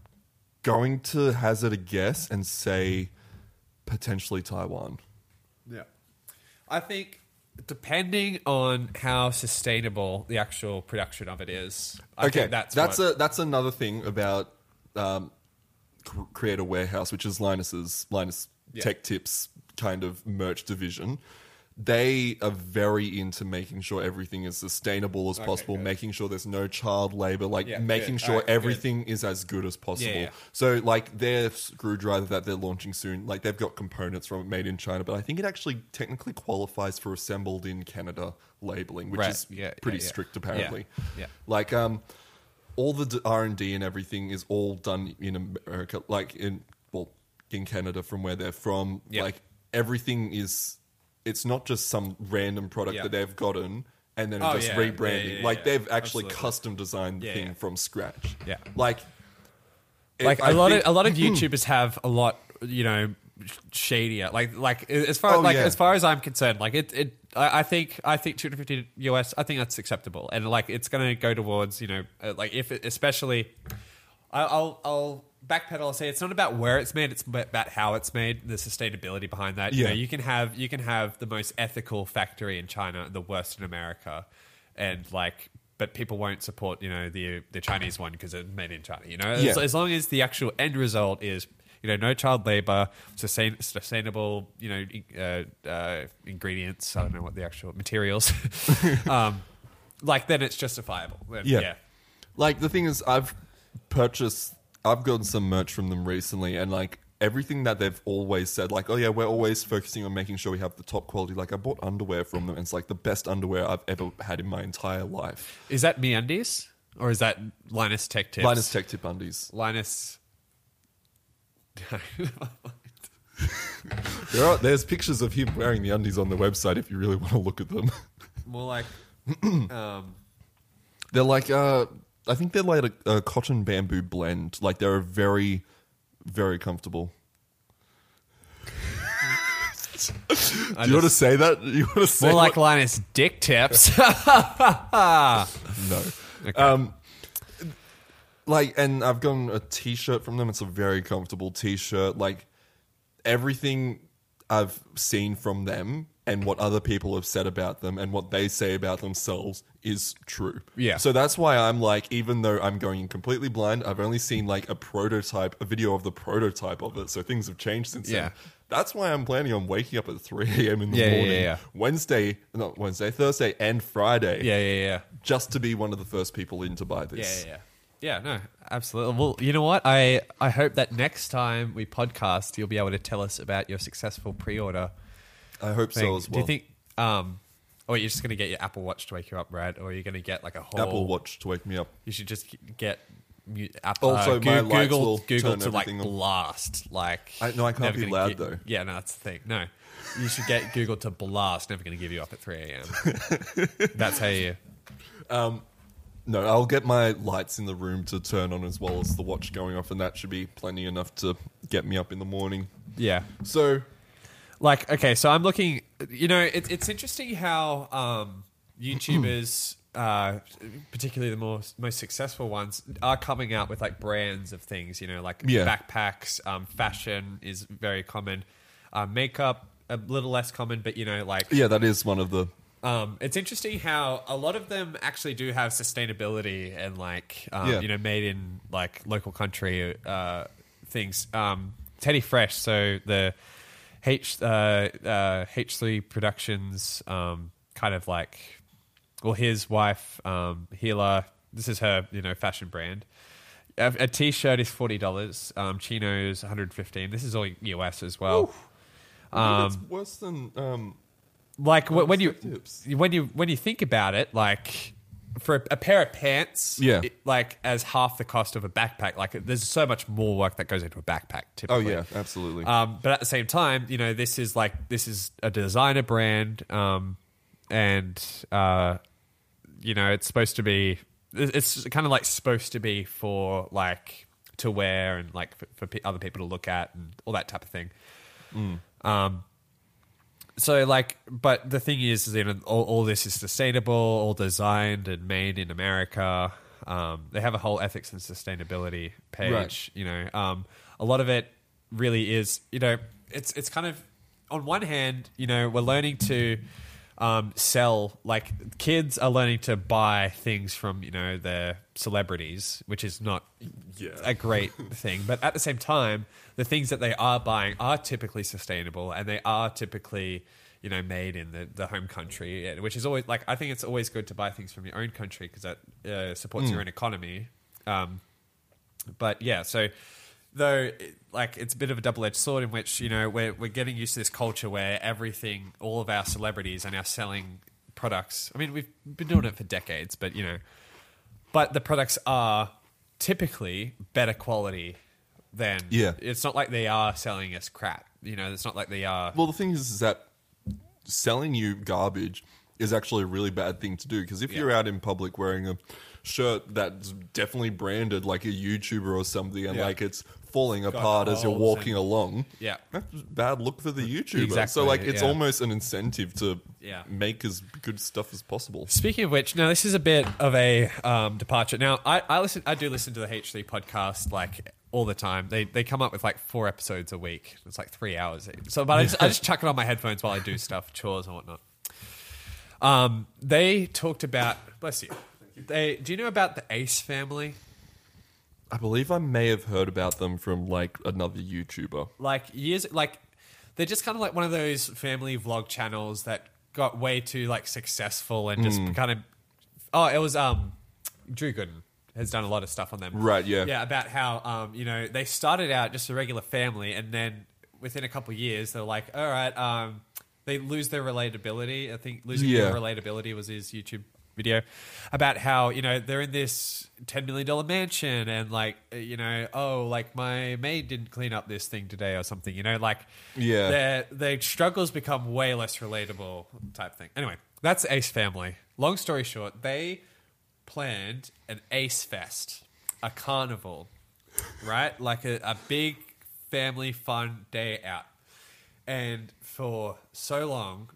Speaker 2: going to hazard a guess and say potentially Taiwan.
Speaker 1: yeah. I think depending on how sustainable the actual production of it is, I
Speaker 2: okay,
Speaker 1: think that's
Speaker 2: that's
Speaker 1: what,
Speaker 2: a that's another thing about um, cr- Creator Warehouse, which is Linus's Linus
Speaker 1: Yeah.
Speaker 2: Tech Tips kind of merch division. They are very into making sure everything is sustainable as possible,
Speaker 1: good.
Speaker 2: making sure there's no child labor, like
Speaker 1: Yeah,
Speaker 2: making
Speaker 1: good.
Speaker 2: sure
Speaker 1: Alright, good.
Speaker 2: everything is as good as possible.
Speaker 1: Yeah, yeah.
Speaker 2: So, like their screwdriver that they're launching soon, like they've got components from it made in China, but I think it actually technically qualifies for assembled in Canada labeling, which
Speaker 1: Right,
Speaker 2: is
Speaker 1: yeah, yeah,
Speaker 2: pretty
Speaker 1: yeah.
Speaker 2: strict
Speaker 1: Yeah,
Speaker 2: apparently.
Speaker 1: yeah.
Speaker 2: Like um, all the R and D and everything is all done in America, like in well, in Canada from where they're from.
Speaker 1: Yeah.
Speaker 2: Like everything is, it's not just some random product
Speaker 1: Yeah.
Speaker 2: that they've gotten and then
Speaker 1: Oh,
Speaker 2: just
Speaker 1: yeah. Yeah,
Speaker 2: rebranding.
Speaker 1: yeah, yeah,
Speaker 2: like
Speaker 1: yeah.
Speaker 2: they've actually
Speaker 1: Absolutely.
Speaker 2: custom designed the
Speaker 1: Yeah,
Speaker 2: thing
Speaker 1: yeah.
Speaker 2: from scratch.
Speaker 1: Yeah.
Speaker 2: like. if
Speaker 1: like a
Speaker 2: I
Speaker 1: lot
Speaker 2: think-
Speaker 1: of a lot of YouTubers have a lot, you know, sh- shadier. Like like as far
Speaker 2: Oh,
Speaker 1: like
Speaker 2: yeah.
Speaker 1: as far as I'm concerned, like it it I I think I think 250 US. I think that's acceptable, and like it's going to go towards you know uh, like if it, especially I, I'll I'll backpedal and say it's not about where it's made, it's about how it's made, the sustainability behind that. You
Speaker 2: Yeah.
Speaker 1: know, you can have you can have the most ethical factory in China, and the worst in America, and like. But people won't support, you know, the the Chinese one because it's made in China. You know,
Speaker 2: Yeah.
Speaker 1: as, as long as the actual end result is you know no child labor sustain, sustainable you know in- uh, uh, ingredients i don't know what the actual materials um, like then it's justifiable Then,
Speaker 2: Yeah.
Speaker 1: yeah.
Speaker 2: Like the thing is, I've purchased, I've gotten some merch from them recently, and like everything that they've always said, like, oh yeah, we're always focusing on making sure we have the top quality. Like I bought underwear from them, and it's like the best underwear I've ever had in my entire life.
Speaker 1: is that meandies or is that linus tech tips
Speaker 2: Linus Tech Tip undies.
Speaker 1: linus
Speaker 2: There are, there's pictures of him wearing the undies on the website if you really want to look at them.
Speaker 1: more like um,
Speaker 2: They're like, uh, I think they're like a, a cotton bamboo blend. Like they're very, very comfortable.
Speaker 1: I
Speaker 2: Do you want to
Speaker 1: just-
Speaker 2: say that? You want to say
Speaker 1: more
Speaker 2: what-
Speaker 1: like linus dick tips
Speaker 2: no.
Speaker 1: Okay.
Speaker 2: Um, like, and I've gotten a T-shirt from them. It's a very comfortable T-shirt. Like everything I've seen from them and what other people have said about them and what they say about themselves is true.
Speaker 1: Yeah.
Speaker 2: So that's why I'm like, even though I'm going in completely blind, I've only seen like a prototype, a video of the prototype of it. So things have changed since
Speaker 1: Yeah.
Speaker 2: then. That's why I'm planning on waking up at 3 a.m. in the
Speaker 1: Yeah, yeah,
Speaker 2: morning,
Speaker 1: yeah, yeah.
Speaker 2: Wednesday, not Wednesday, Thursday, and Friday
Speaker 1: yeah yeah yeah
Speaker 2: just to be one of the first people in to buy
Speaker 1: Yeah,
Speaker 2: this.
Speaker 1: yeah, yeah. Yeah, no, absolutely. Well, you know what? I, I hope that next time we podcast, you'll be able to tell us about your successful pre order
Speaker 2: I hope
Speaker 1: thing.
Speaker 2: so as well.
Speaker 1: Do you think, um, or you're just going to get your Apple Watch to wake you up, Brad? Or you're going to get like a whole
Speaker 2: Apple Watch to wake me up?
Speaker 1: You should just get mu- Apple
Speaker 2: Also,
Speaker 1: uh,
Speaker 2: Oh, my
Speaker 1: Goo-
Speaker 2: lights
Speaker 1: Google,
Speaker 2: will
Speaker 1: Google
Speaker 2: turn
Speaker 1: to like
Speaker 2: everything on.
Speaker 1: blast. Like,
Speaker 2: I- no, I can't
Speaker 1: never
Speaker 2: be
Speaker 1: gonna
Speaker 2: loud,
Speaker 1: gi-
Speaker 2: though.
Speaker 1: Yeah, no, that's the thing. No, you should get Google to blast. Never going to give you up at 3 a.m. that's how you.
Speaker 2: No, I'll get my lights in the room to turn on as well as the watch going off, and that should be plenty enough to get me up in the morning.
Speaker 1: Yeah.
Speaker 2: So,
Speaker 1: like okay so i'm looking you know it, it's interesting how um, youtubers uh, particularly the more, most successful ones are coming out with like brands of things you know like
Speaker 2: Yeah.
Speaker 1: backpacks um, fashion is very common uh, makeup a little less common but you know like
Speaker 2: yeah, that is one of the.
Speaker 1: um, it's interesting how a lot of them actually do have sustainability and like um,
Speaker 2: Yeah.
Speaker 1: you know made in like local country uh, things. Um, Teddy Fresh, so the H uh, uh, H three Productions, um, kind of like well, his wife um, Hila. This is her you know fashion brand. A, a t-shirt is forty dollars. Um, chinos one hundred fifteen. This is all US as well
Speaker 2: Um, it's worse than. Um,
Speaker 1: like wh- when you
Speaker 2: Honest tips.
Speaker 1: when you when you think about it, like for a, a pair of pants,
Speaker 2: Yeah.
Speaker 1: it- like as half the cost of a backpack. Like there's so much more work that goes into a backpack.
Speaker 2: oh,
Speaker 1: Typically,
Speaker 2: yeah, absolutely.
Speaker 1: um, but at the same time, you know, this is like this is a designer brand, um, and uh, you know, it's supposed to be. It's kind of like supposed to be for like to wear and like for, for pe- other people to look at and all that type of thing.
Speaker 2: Mm.
Speaker 1: Um. So like, but the thing is, is, you know, all, all this is sustainable, all designed and made in America. Um, they have a whole ethics and sustainability page
Speaker 2: Right.
Speaker 1: you know um, a lot of it really is you know it's it's kind of on one hand you know we're learning to um, sell like kids are learning to buy things from you know their celebrities, which is not
Speaker 2: Yeah.
Speaker 1: a great thing. But at the same time, the things that they are buying are typically sustainable and they are typically, you know, made in the, the home country, and- which is always like, I think it's always good to buy things from your own country because that uh, supports your own economy. Um, but yeah, so though, it- like, it's a bit of a double edged sword in which, you know, we're, we're getting used to this culture where everything, all of our celebrities are now selling products. I mean, we've been doing it for decades, but, you know, but the products are typically better quality than
Speaker 2: Yeah.
Speaker 1: it's not like they are selling us crap you know it's not like they are
Speaker 2: Well, the thing is, is that selling you garbage is actually a really bad thing to do because if
Speaker 1: Yeah.
Speaker 2: you're out in public wearing a shirt that's definitely branded like a YouTuber or something, and
Speaker 1: Yeah.
Speaker 2: like it's falling apart as you're
Speaker 1: holes and-
Speaker 2: walking along,
Speaker 1: Yeah. E-,
Speaker 2: that's a bad look for the YouTuber.
Speaker 1: Exactly,
Speaker 2: so like, it's
Speaker 1: yeah.
Speaker 2: almost an incentive to
Speaker 1: Yeah.
Speaker 2: make as good stuff as possible.
Speaker 1: Speaking of which, now this is a bit of a um, departure. Now, I, I listen, I do listen to the H3 podcast like all the time. They they come up with like four episodes a week. It's like three hours. So, but I just, I just chuck it on my headphones while I do stuff, chores and whatnot. Um, they talked about bless you. They do you know about the Ace family?
Speaker 2: I believe I may have heard about them from like another YouTuber.
Speaker 1: like years like they're just kind of like one of those family vlog channels that got way too like successful and just
Speaker 2: Mm.
Speaker 1: kind of oh it was um drew gooden has done a lot of stuff on them
Speaker 2: Right, yeah.
Speaker 1: yeah about how um you know they started out just a regular family and then within a couple of years they're like all right um they lose their relatability i think losing their
Speaker 2: Yeah.
Speaker 1: relatability was his youtube video about how you know they're in this 10 million dollar mansion and like uh, you know oh like my maid didn't clean up this thing today or something you know like
Speaker 2: Yeah.
Speaker 1: their their struggles become way less relatable type thing anyway that's ace family long story short they planned an ace fest a carnival right like a, a big family fun day out and for so long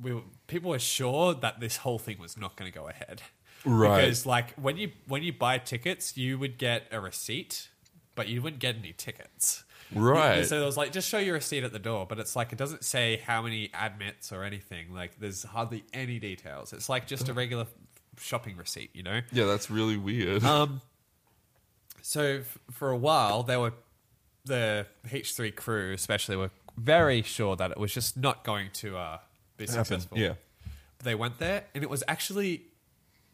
Speaker 1: we were, people were sure that this whole thing was not going to go ahead
Speaker 2: Right.
Speaker 1: because like when you when you buy tickets you would get a receipt but you wouldn't get any tickets
Speaker 2: Right.
Speaker 1: so it was like just show your receipt at the door but it's like it doesn't say how many admits or anything like there's hardly any details it's like just a regular shopping receipt you know
Speaker 2: Yeah, that's really weird.
Speaker 1: um, so f- for a while, they were the H three crew, especially, were very sure that it was just not going to uh, be successful.
Speaker 2: yeah.
Speaker 1: they went there, and it was actually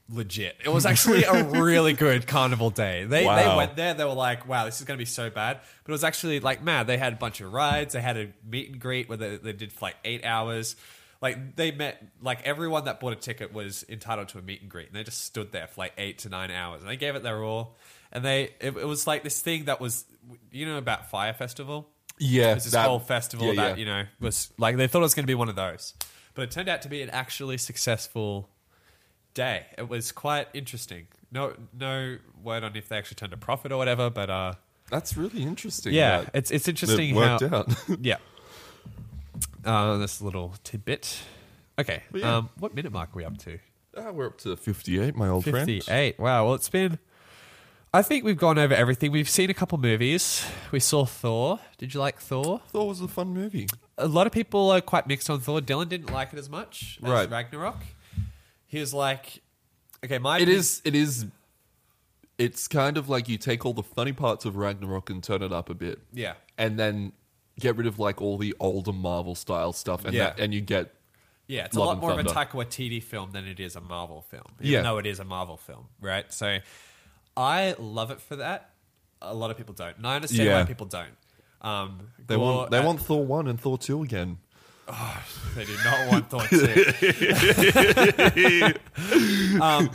Speaker 1: legit. It was actually a really good carnival day. They they
Speaker 2: Wow.
Speaker 1: went there, they were like, "Wow, this is going to be so bad," but it was actually like, man, they had a bunch of rides. They had a meet and greet where they, they did for like eight hours. Like they met, like everyone that bought a ticket was entitled to a meet and greet, and they just stood there for like eight to nine hours, and they gave it their all. And they, it, it was like this thing that was, you know, about Fire Festival.
Speaker 2: Yeah,
Speaker 1: There's this
Speaker 2: that-
Speaker 1: whole festival
Speaker 2: yeah,
Speaker 1: that
Speaker 2: yeah.
Speaker 1: you know was like they thought it was going to be one of those, but it turned out to be an actually successful day. It was quite interesting. No, no word on if they actually turned a profit or whatever, but uh,
Speaker 2: that's really interesting.
Speaker 1: yeah,
Speaker 2: that
Speaker 1: it's it's interesting
Speaker 2: it worked
Speaker 1: how
Speaker 2: out.
Speaker 1: yeah. Uh, this little tidbit. Okay,
Speaker 2: But yeah.
Speaker 1: um, what minute mark are we up to?
Speaker 2: Ah, we're up to 58, my old friend.
Speaker 1: Fifty-eight. Wow. Well, it's been. I think we've gone over everything. We've seen a couple movies. We saw Thor. Did you like Thor?
Speaker 2: Thor was a fun movie.
Speaker 1: a lot of people are quite mixed on Thor. Dylan didn't like it as much as
Speaker 2: Right.
Speaker 1: Ragnarok. He was like, okay, my
Speaker 2: It is. It is. It's kind of like you take all the funny parts of Ragnarok and turn it up a bit.
Speaker 1: Yeah.
Speaker 2: And then get rid of like all the older Marvel style stuff, and
Speaker 1: Yeah.
Speaker 2: that, and you get
Speaker 1: yeah, it's a
Speaker 2: Love
Speaker 1: lot
Speaker 2: and
Speaker 1: more of a
Speaker 2: Thunder.
Speaker 1: Taika Waititi film than it is a Marvel film. Even
Speaker 2: Yeah.
Speaker 1: though it is a Marvel film, right? So I love it for that. A lot of people don't, and I understand why
Speaker 2: Yeah.
Speaker 1: people don't. Um,
Speaker 2: they
Speaker 1: Gore
Speaker 2: want they
Speaker 1: at-
Speaker 2: want Thor one and Thor two again.
Speaker 1: They do not want Thor two. um,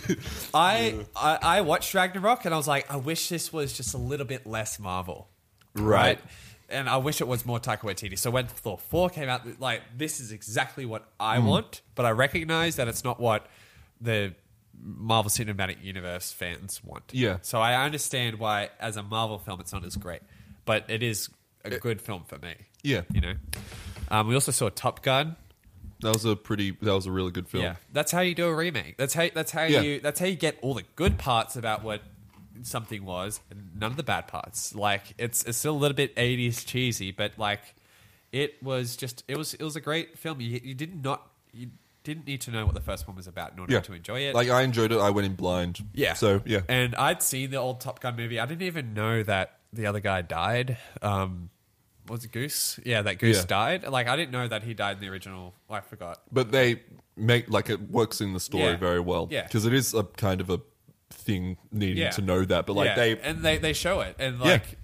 Speaker 1: I, I I watched Ragnarok and I was like, I wish this was just a little bit less Marvel,
Speaker 2: Right.
Speaker 1: And I wish it was more Taika Waititi. So when Thor four came out, like this is exactly what I
Speaker 2: Hmm.
Speaker 1: want, but I recognize that it's not what the Marvel Cinematic Universe fans want.
Speaker 2: Yeah.
Speaker 1: So I understand why, as a Marvel film, it's not as great, but it is a good film for me.
Speaker 2: Yeah.
Speaker 1: You know. Um, we also saw Top Gun.
Speaker 2: That was a pretty. That was a really good film.
Speaker 1: Yeah, that's how you do a remake. That's how that's how
Speaker 2: Yeah.
Speaker 1: you that's how you get all the good parts about what something was and none of the bad parts. Like it's it's still a little bit eighties cheesy, but like it was just it was it was a great film. You, you did not you didn't need to know what the first one was about in order
Speaker 2: Yeah.
Speaker 1: to enjoy it.
Speaker 2: Like I enjoyed it. I went in blind.
Speaker 1: Yeah.
Speaker 2: So yeah.
Speaker 1: And I'd seen the old Top Gun movie. I didn't even know that the other guy died. Um, was it Goose? Yeah, that Goose
Speaker 2: Yeah.
Speaker 1: died. Like I didn't know that he died in the original. Oh, I forgot.
Speaker 2: but they make like it works in the story
Speaker 1: Yeah.
Speaker 2: very well.
Speaker 1: Yeah.
Speaker 2: Because it is a kind of a thing needing
Speaker 1: Yeah.
Speaker 2: to know that. But like
Speaker 1: Yeah,
Speaker 2: they
Speaker 1: and they they show it and like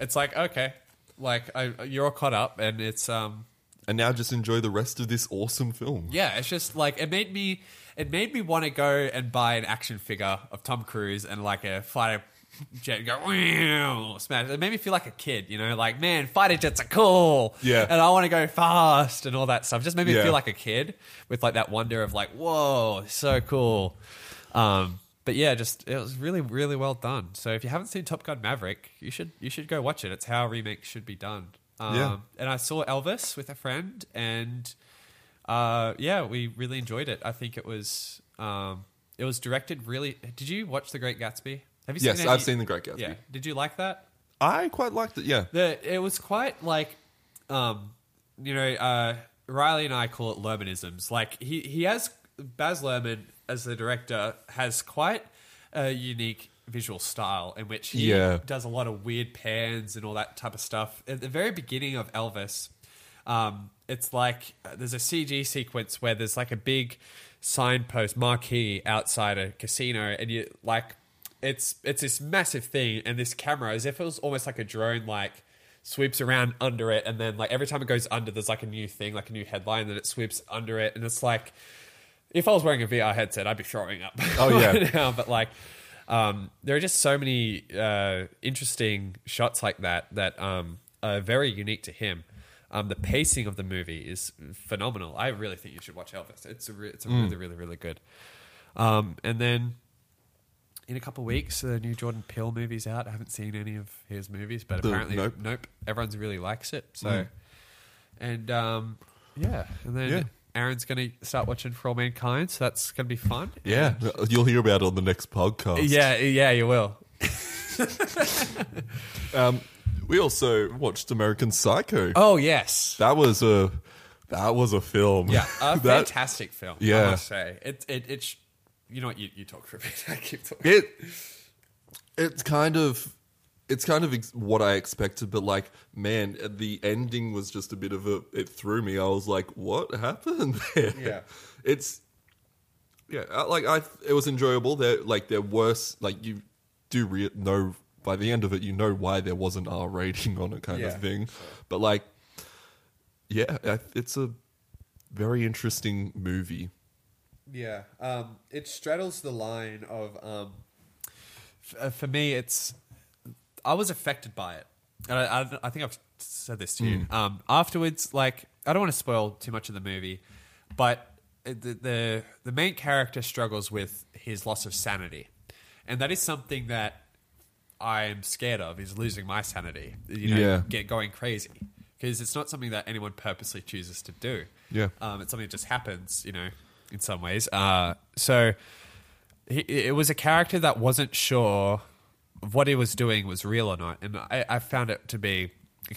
Speaker 1: it's like okay, like I, you're all caught up and it's um
Speaker 2: and now just enjoy the rest of this awesome film.
Speaker 1: yeah it's just like it made me it made me want to go and buy an action figure of Tom Cruise and like a fighter jet and go "Wow," smash it made me feel like a kid you know like man fighter jets are cool
Speaker 2: Yeah.
Speaker 1: and I want to go fast and all that stuff just made me
Speaker 2: Yeah.
Speaker 1: feel like a kid with like that wonder of like whoa so cool um but yeah just it was really really well done so if you haven't seen Top Gun Maverick you should you should go watch it it's how remakes should be done um,
Speaker 2: Yeah.
Speaker 1: and I saw Elvis with a friend and uh, yeah, we really enjoyed it. I think it was um, it was directed really. Did you watch The Great Gatsby? Have you
Speaker 2: Yes,
Speaker 1: any-
Speaker 2: I've seen The Great Gatsby.
Speaker 1: Yeah, did you like that?
Speaker 2: I quite liked it. Yeah.
Speaker 1: The it was quite like, um, you know, uh, Riley and I call it Lermanisms. Like he he has Baz Luhrmann as the director has quite a unique visual style in which he
Speaker 2: Yeah.
Speaker 1: does a lot of weird pans and all that type of stuff. At the very beginning of Elvis, um, it's like uh, there's a CG sequence where there's like a big signpost marquee outside a casino, and you like it's it's this massive thing, and this camera, as if it was almost like a drone, like sweeps around under it, and then like every time it goes under, there's like a new thing, like a new headline, and then it sweeps under it, and it's like if I was wearing a VR headset, I'd be throwing up.
Speaker 2: Oh, yeah.
Speaker 1: right now, but like, um, there are just so many uh, interesting shots like that that um, are very unique to him. Um, the pacing of the movie is phenomenal. I really think you should watch Elvis. It's a re- it's a
Speaker 2: Hmm.
Speaker 1: really really really good. Um, and then in a couple of weeks, the new Jordan Peele movie's out. I haven't seen any of his movies, but
Speaker 2: The
Speaker 1: apparently, nope.
Speaker 2: Nope.
Speaker 1: everyone's really likes it. So,
Speaker 2: Mm.
Speaker 1: and um, yeah, and then
Speaker 2: Yeah.
Speaker 1: Aaron's going to start watching For All Mankind, so that's going to be fun.
Speaker 2: Yeah. You'll hear about it on the next podcast.
Speaker 1: Yeah, yeah, you will.
Speaker 2: Um, we also watched American Psycho.
Speaker 1: Oh yes,
Speaker 2: That was a that was a film.
Speaker 1: yeah, a
Speaker 2: that,
Speaker 1: fantastic film. I
Speaker 2: Yeah.
Speaker 1: must say it. It. It's. you know what? You, you talk for a bit. I keep talking.
Speaker 2: it it's kind of it's kind of ex- what I expected, but like, man, the ending was just a bit of a. It threw me. I was like, "What happened?" There?
Speaker 1: Yeah.
Speaker 2: it's yeah, I- like I. It was enjoyable. There, like there worse. Like you do re- know by the end of it, you know why there was an R rating on it, kind
Speaker 1: Yeah.
Speaker 2: of thing. But like, yeah, I- it's a very interesting movie.
Speaker 1: Yeah, um, it straddles the line of. Um, f- uh, for me, it's. I was affected by it, and I, I, I think I've said this to you. Um, afterwards, like I don't want to spoil too much of the movie, but it- the the, the main character struggles with his loss of sanity, and that is something that I am scared of is losing my sanity. You know,
Speaker 2: Yeah.
Speaker 1: get going crazy because it's not something that anyone purposely chooses to do.
Speaker 2: Yeah.
Speaker 1: Um, it's something that just happens, you know, in some ways. Uh, so he, it was a character that wasn't sure of what he was doing was real or not. And I, I found it to be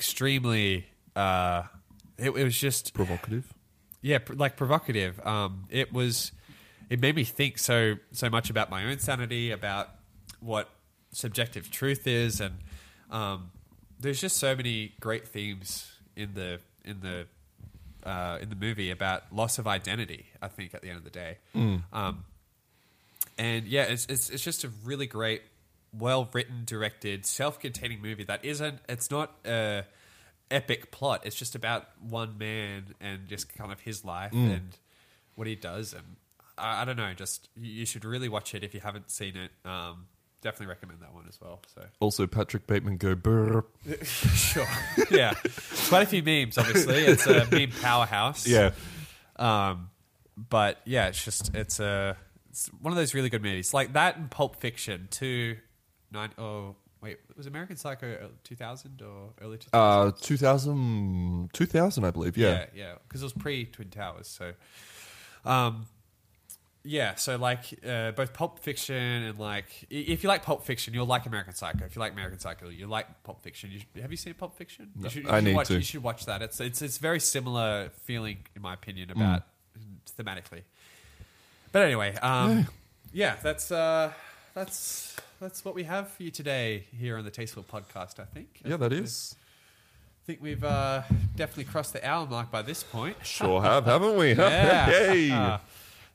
Speaker 1: extremely, uh, it, it was just,
Speaker 2: Provocative.
Speaker 1: yeah, pr- like provocative. Um, it was, it made me think so, so much about my own sanity, about what subjective truth is. And, um, there's just so many great themes in the, in the, uh, in the movie about loss of identity. I think at the end of the day, um, and yeah, it's, it's it's just a really great, well written, directed, self contained movie that isn't. It's not a epic plot. It's just about one man and just kind of his life and what he does. And I, I don't know. Just you you should really watch it if you haven't seen it. Um, definitely recommend that one as well. So
Speaker 2: Also, Patrick Bateman go brr.
Speaker 1: sure, yeah, quite a few memes. Obviously, it's a meme powerhouse.
Speaker 2: Yeah.
Speaker 1: Um, but yeah, it's just it's a it's one of those really good movies like that and Pulp Fiction two nine oh wait was American Psycho two thousand or early two thousand
Speaker 2: Uh, 2000, 2000 I believe. Yeah.
Speaker 1: yeah yeah because it was pre Twin Towers so um yeah so like uh, both Pulp Fiction and like i- if you like Pulp Fiction you'll like American Psycho if you like American Psycho you like Pulp Fiction you should, have you seen Pulp Fiction you should, you
Speaker 2: I
Speaker 1: should
Speaker 2: need
Speaker 1: watch,
Speaker 2: to. Mm.
Speaker 1: you should watch that it's it's it's very similar feeling in my opinion about thematically. But anyway, um, yeah, that's uh, that's that's what we have for you today here on the Tasteful Podcast. I think.
Speaker 2: Yeah, that is.
Speaker 1: I think we've uh, definitely crossed the hour mark by this point.
Speaker 2: Sure have, haven't we?
Speaker 1: Yeah.
Speaker 2: Yay.
Speaker 1: Uh,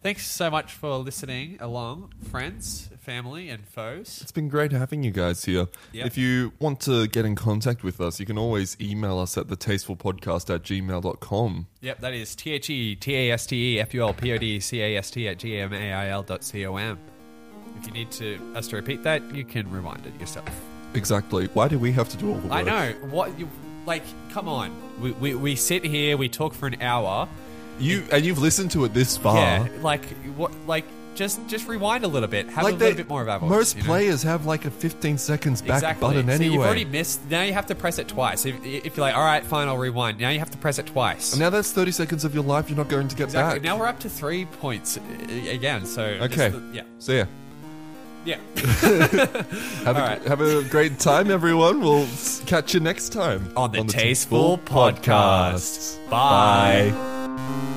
Speaker 1: thanks so much for listening along, friends, family, and foes.
Speaker 2: It's been great having you guys here.
Speaker 1: Yep.
Speaker 2: If you want to get in contact with us, you can always email us at thetastefulpodcast at gmail.com.
Speaker 1: Yep, that is T H E T A S T E F U L P O D C A S T at G M A I L dot C O M. If you need to us to repeat that, you can rewind it yourself.
Speaker 2: Exactly. Why do we have to do all the work?
Speaker 1: I know. What you like, come on. We, we, we sit here, we talk for an hour.
Speaker 2: You and you've listened to it this far.
Speaker 1: Yeah. Like what like just just rewind a little bit. Have
Speaker 2: Like
Speaker 1: a little
Speaker 2: they-
Speaker 1: bit more of our voice.
Speaker 2: most
Speaker 1: you know?
Speaker 2: players have like a 15 seconds back
Speaker 1: exactly.
Speaker 2: button
Speaker 1: So
Speaker 2: anyway.
Speaker 1: you've already missed. Now you have to press it twice. If, if you're like, all right, fine, I'll rewind. Now you have to press it twice.
Speaker 2: And now that's 30 seconds of your life you're not going to get
Speaker 1: exactly.
Speaker 2: back.
Speaker 1: Now we're up to three points uh, again. So
Speaker 2: okay.
Speaker 1: just the- yeah,
Speaker 2: So yeah.
Speaker 1: yeah.
Speaker 2: Have, a,
Speaker 1: All right.
Speaker 2: have a great time, everyone. We'll s- catch you next time
Speaker 1: On the,
Speaker 2: on
Speaker 1: Tasteful Podcast.
Speaker 2: Bye.
Speaker 1: Bye.
Speaker 2: Oh.